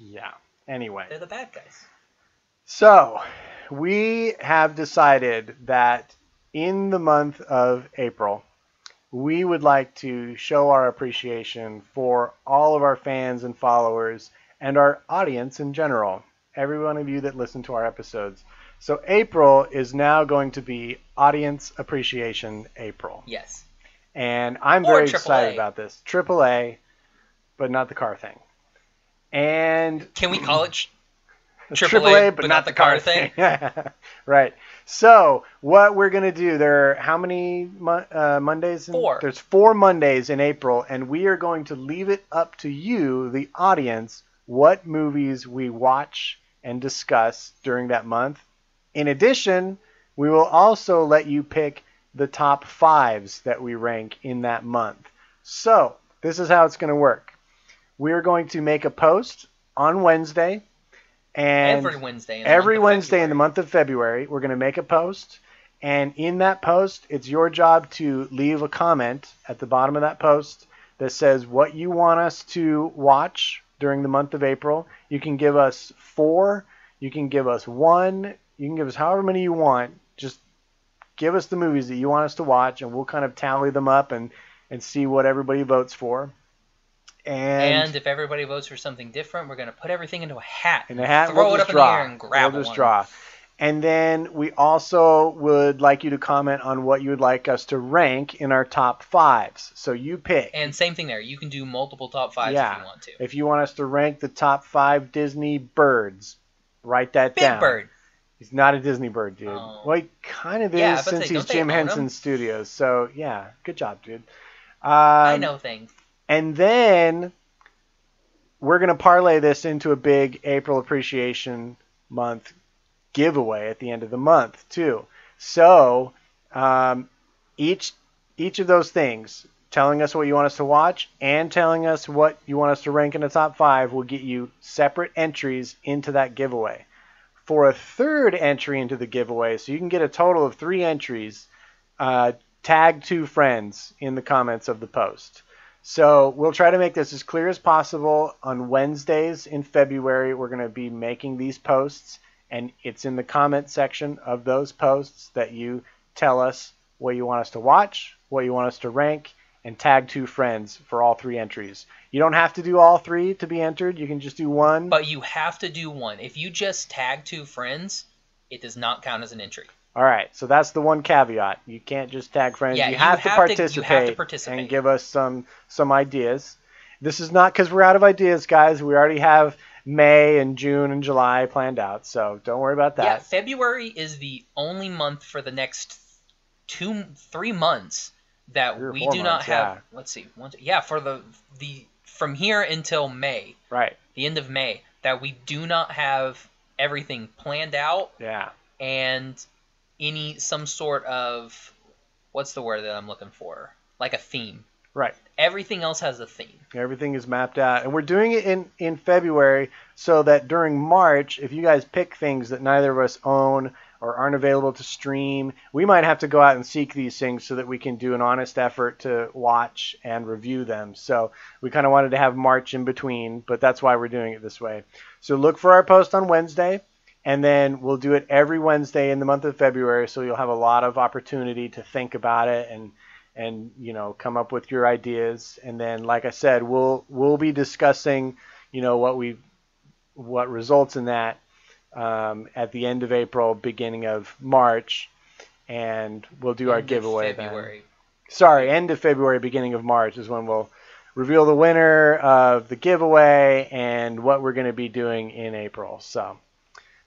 S2: Yeah. Anyway.
S1: They're the bad guys.
S2: So we have decided that in the month of April, we would like to show our appreciation for all of our fans and followers and our audience in general, every one of you that listen to our episodes. So, April is now going to be Audience Appreciation April.
S1: Yes.
S2: And I'm
S1: Or
S2: very
S1: AAA.
S2: excited about this. AAA, but not the car thing. And
S1: Can we call it?
S2: Mm-hmm. Triple A, but, not the car thing. right. So what we're gonna do? There are how many mon- uh, Mondays? In,
S1: Four.
S2: There's four Mondays in April, and we are going to leave it up to you, the audience, what movies we watch and discuss during that month. In addition, we will also let you pick the top fives that we rank in that month. So this is how it's gonna work. We're going to make a post on Wednesday. And
S1: every Wednesday. In the
S2: every
S1: month of
S2: Wednesday in the month of February, we're going to make a post. And in that post, it's your job to leave a comment at the bottom of that post that says what you want us to watch during the month of April. You can give us four, you can give us one, you can give us however many you want. Just give us the movies that you want us to watch, and we'll kind of tally them up and, and see what everybody votes for.
S1: And, if everybody votes for something different, we're going to put everything into a hat.
S2: in a hat.
S1: Throw
S2: we'll
S1: it up
S2: just
S1: in
S2: draw.
S1: the air and grab
S2: we'll just
S1: one.
S2: draw. And then we also would like you to comment on what you would like us to rank in our top fives. So you pick.
S1: And same thing there. You can do multiple top fives if you want to.
S2: If you want us to rank the top five Disney birds, write that
S1: Big
S2: down.
S1: Bird.
S2: He's not a Disney bird, dude.
S1: Oh.
S2: Well, he kind of
S1: Yeah, I
S2: is
S1: was about to
S2: since
S1: say,
S2: he's
S1: don't they
S2: Jim
S1: own him?
S2: Henson Studios. So yeah, good job, dude. Um,
S1: I know things.
S2: and then we're going to parlay this into a big April Appreciation Month giveaway at the end of the month too. So um, each each of those things, telling us what you want us to watch and telling us what you want us to rank in the top five, will get you separate entries into that giveaway. For a third entry into the giveaway, so you can get a total of three entries. Uh, tag two friends in the comments of the post. So we'll try to make this as clear as possible. On Wednesdays in February, we're going to be making these posts, and it's in the comment section of those posts that you tell us what you want us to watch, what you want us to rank, and tag two friends for all three entries. You don't have to do all three to be entered. You can just do one.
S1: But you have to do one. If you just tag two friends, it does not count as an entry.
S2: All right, so that's the one caveat. You can't just tag friends.
S1: Yeah,
S2: you,
S1: you
S2: have to
S1: have to- you have
S2: participate
S1: to participate.
S2: and give us some some ideas. This is not because we're out of ideas, guys. We already have May and June and July planned out, so don't worry about
S1: Yeah,
S2: that.
S1: February is the only month for the next two, three months that
S2: Three or
S1: we do
S2: four
S1: not
S2: months,
S1: have.
S2: yeah.
S1: Let's see. One, two- yeah, for the the from here until May,
S2: Right?
S1: the end of May, that we do not have everything planned out
S2: Yeah.
S1: and any some sort of what's the word that I'm looking for? Like a theme.
S2: Right.
S1: Everything else has a theme.
S2: Everything is mapped out, and we're doing it in in February so that during March, if you guys pick things that neither of us own or aren't available to stream, we might have to go out and seek these things so that we can do an honest effort to watch and review them. So we kind of wanted to have March in between, but that's why we're doing it this way. So look for our post on Wednesday, and then we'll do it every Wednesday in the month of February. So you'll have a lot of opportunity to think about it and and you know come up with your ideas and then like i said we'll we'll be discussing you know what we what results in that um, at the end of april beginning of march and we'll do our
S1: End of
S2: giveaway then.
S1: February.
S2: sorry end of february beginning of march is when we'll reveal the winner of the giveaway and what we're going to be doing in april so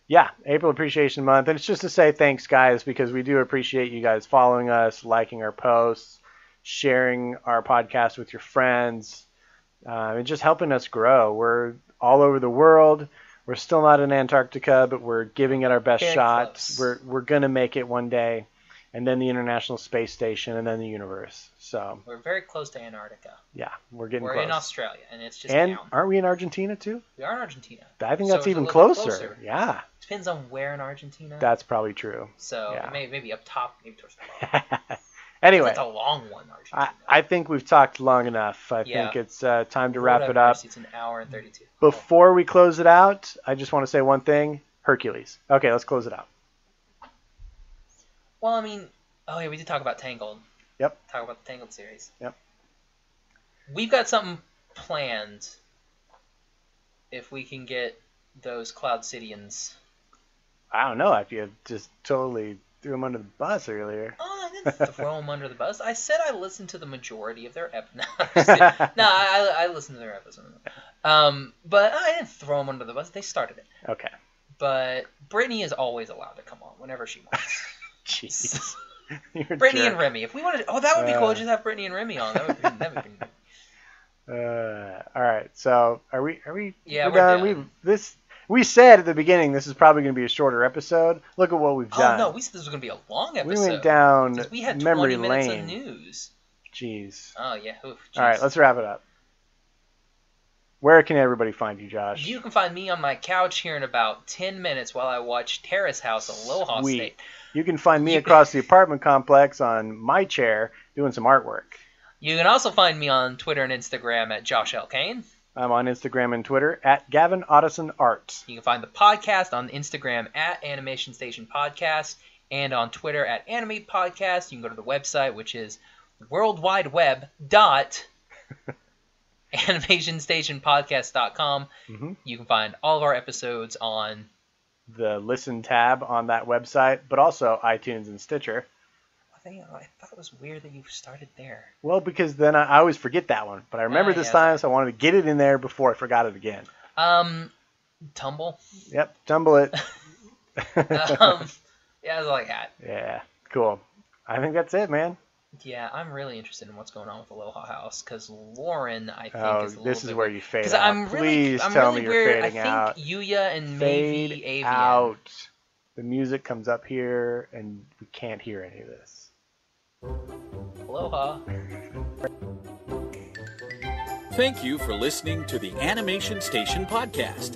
S2: yeah, April Appreciation Month. And it's just to say thanks, guys, because we do appreciate you guys following us, liking our posts, sharing our podcast with your friends, uh, and just helping us grow. We're all over the world. We're still not in Antarctica, but we're giving it our best
S1: Very
S2: shot.
S1: close.
S2: We're, we're going to make it one day, and then the International Space Station, and then the universe. So,
S1: We're very close to Antarctica.
S2: yeah, we're getting
S1: We're
S2: close.
S1: in Australia, and it's just
S2: and
S1: down.
S2: aren't we in Argentina, too?
S1: We are in Argentina.
S2: I think
S1: So it's
S2: that's
S1: a
S2: even
S1: little bit
S2: closer.
S1: closer.
S2: Yeah,
S1: Depends on where in Argentina.
S2: that's probably true.
S1: so
S2: yeah.
S1: may- maybe up top, maybe towards the bottom.
S2: anyway.
S1: It's a long one,
S2: I,
S1: Argentina.
S2: I think we've talked long enough. I
S1: Yeah.
S2: think it's uh, time to
S1: Lord
S2: wrap
S1: have
S2: it up.
S1: mercy, It's an hour and 32.
S2: Before we close it out, I just want to say one thing Hercules. Okay, let's close it out.
S1: Well, I mean, oh yeah, we did talk about Tangled.
S2: Yep.
S1: Talk about the Tangled series.
S2: Yep.
S1: We've got something planned. If we can get those Cloud Cityans.
S2: I don't know if you just totally threw him under the bus earlier.
S1: Oh, I didn't throw them under the bus. I said I listened to the majority of their ep. No, I'm just kidding. no I, I I listened to their episode. Um, but I didn't throw them under the bus. They started it.
S2: Okay.
S1: But Brittany is always allowed to come on whenever she wants.
S2: Jeez. You're a
S1: Brittany and
S2: jerk.
S1: Remy. If we wanted, oh, that would be cool.
S2: Uh.
S1: Just have Brittany and Remy on. That would be, that would be
S2: Uh, all right. So are we? Are we?
S1: Yeah,
S2: we're
S1: we're
S2: done.
S1: done.
S2: We've this. We said at the beginning this is probably going to be a shorter episode. Look at what we've
S1: Oh
S2: done.
S1: no, we said this was gonna be a long
S2: We
S1: episode.
S2: went down
S1: 'cause we had 20
S2: memory
S1: minutes
S2: lane.
S1: of news.
S2: Jeez.
S1: Oh yeah. Oof,
S2: All right,
S1: jeez.
S2: let's wrap it up. Where can everybody find you, Josh?
S1: You can find me on my couch here in about 10 minutes while I watch Terrace House Aloha
S2: Sweet.
S1: State.
S2: You can find me
S1: You-
S2: across the apartment complex on my chair doing some artwork.
S1: You can also find me on Twitter and Instagram at Josh L. Kane.
S2: I'm on Instagram and Twitter at Gavin Otteson Art.
S1: You can find the podcast on Instagram at Animation Station Podcast and on Twitter at Anime Podcast. You can go to the website, which is worldwideweb dot animationstationpodcast.com.
S2: Mhm.
S1: You can find all of our episodes on
S2: The listen tab on that website, but also iTunes and Stitcher.
S1: I think- I thought it was weird that you started there.
S2: Well, because then I, I always forget that one, but I remember
S1: Ah,
S2: this
S1: yes.
S2: time, so I wanted to get it in there before I forgot it again.
S1: Um, tumble.
S2: Yep, jumble it.
S1: um, yeah, it's like that.
S2: yeah, cool. I think that's it, man.
S1: Yeah, I'm really interested in what's going on with Aloha House because Lauren, I think,
S2: Oh,
S1: is a
S2: this
S1: little
S2: is
S1: bit
S2: where you fade
S1: Because
S2: out.
S1: I'm really,
S2: Please
S1: I'm
S2: tell
S1: really
S2: me you're
S1: weird.
S2: fading
S1: I
S2: out.
S1: think Yuya and
S2: fade
S1: maybe Avian.
S2: out. The music comes up here, and we can't hear any of this.
S1: Aloha.
S3: Thank you for listening to the Animation Station Podcast.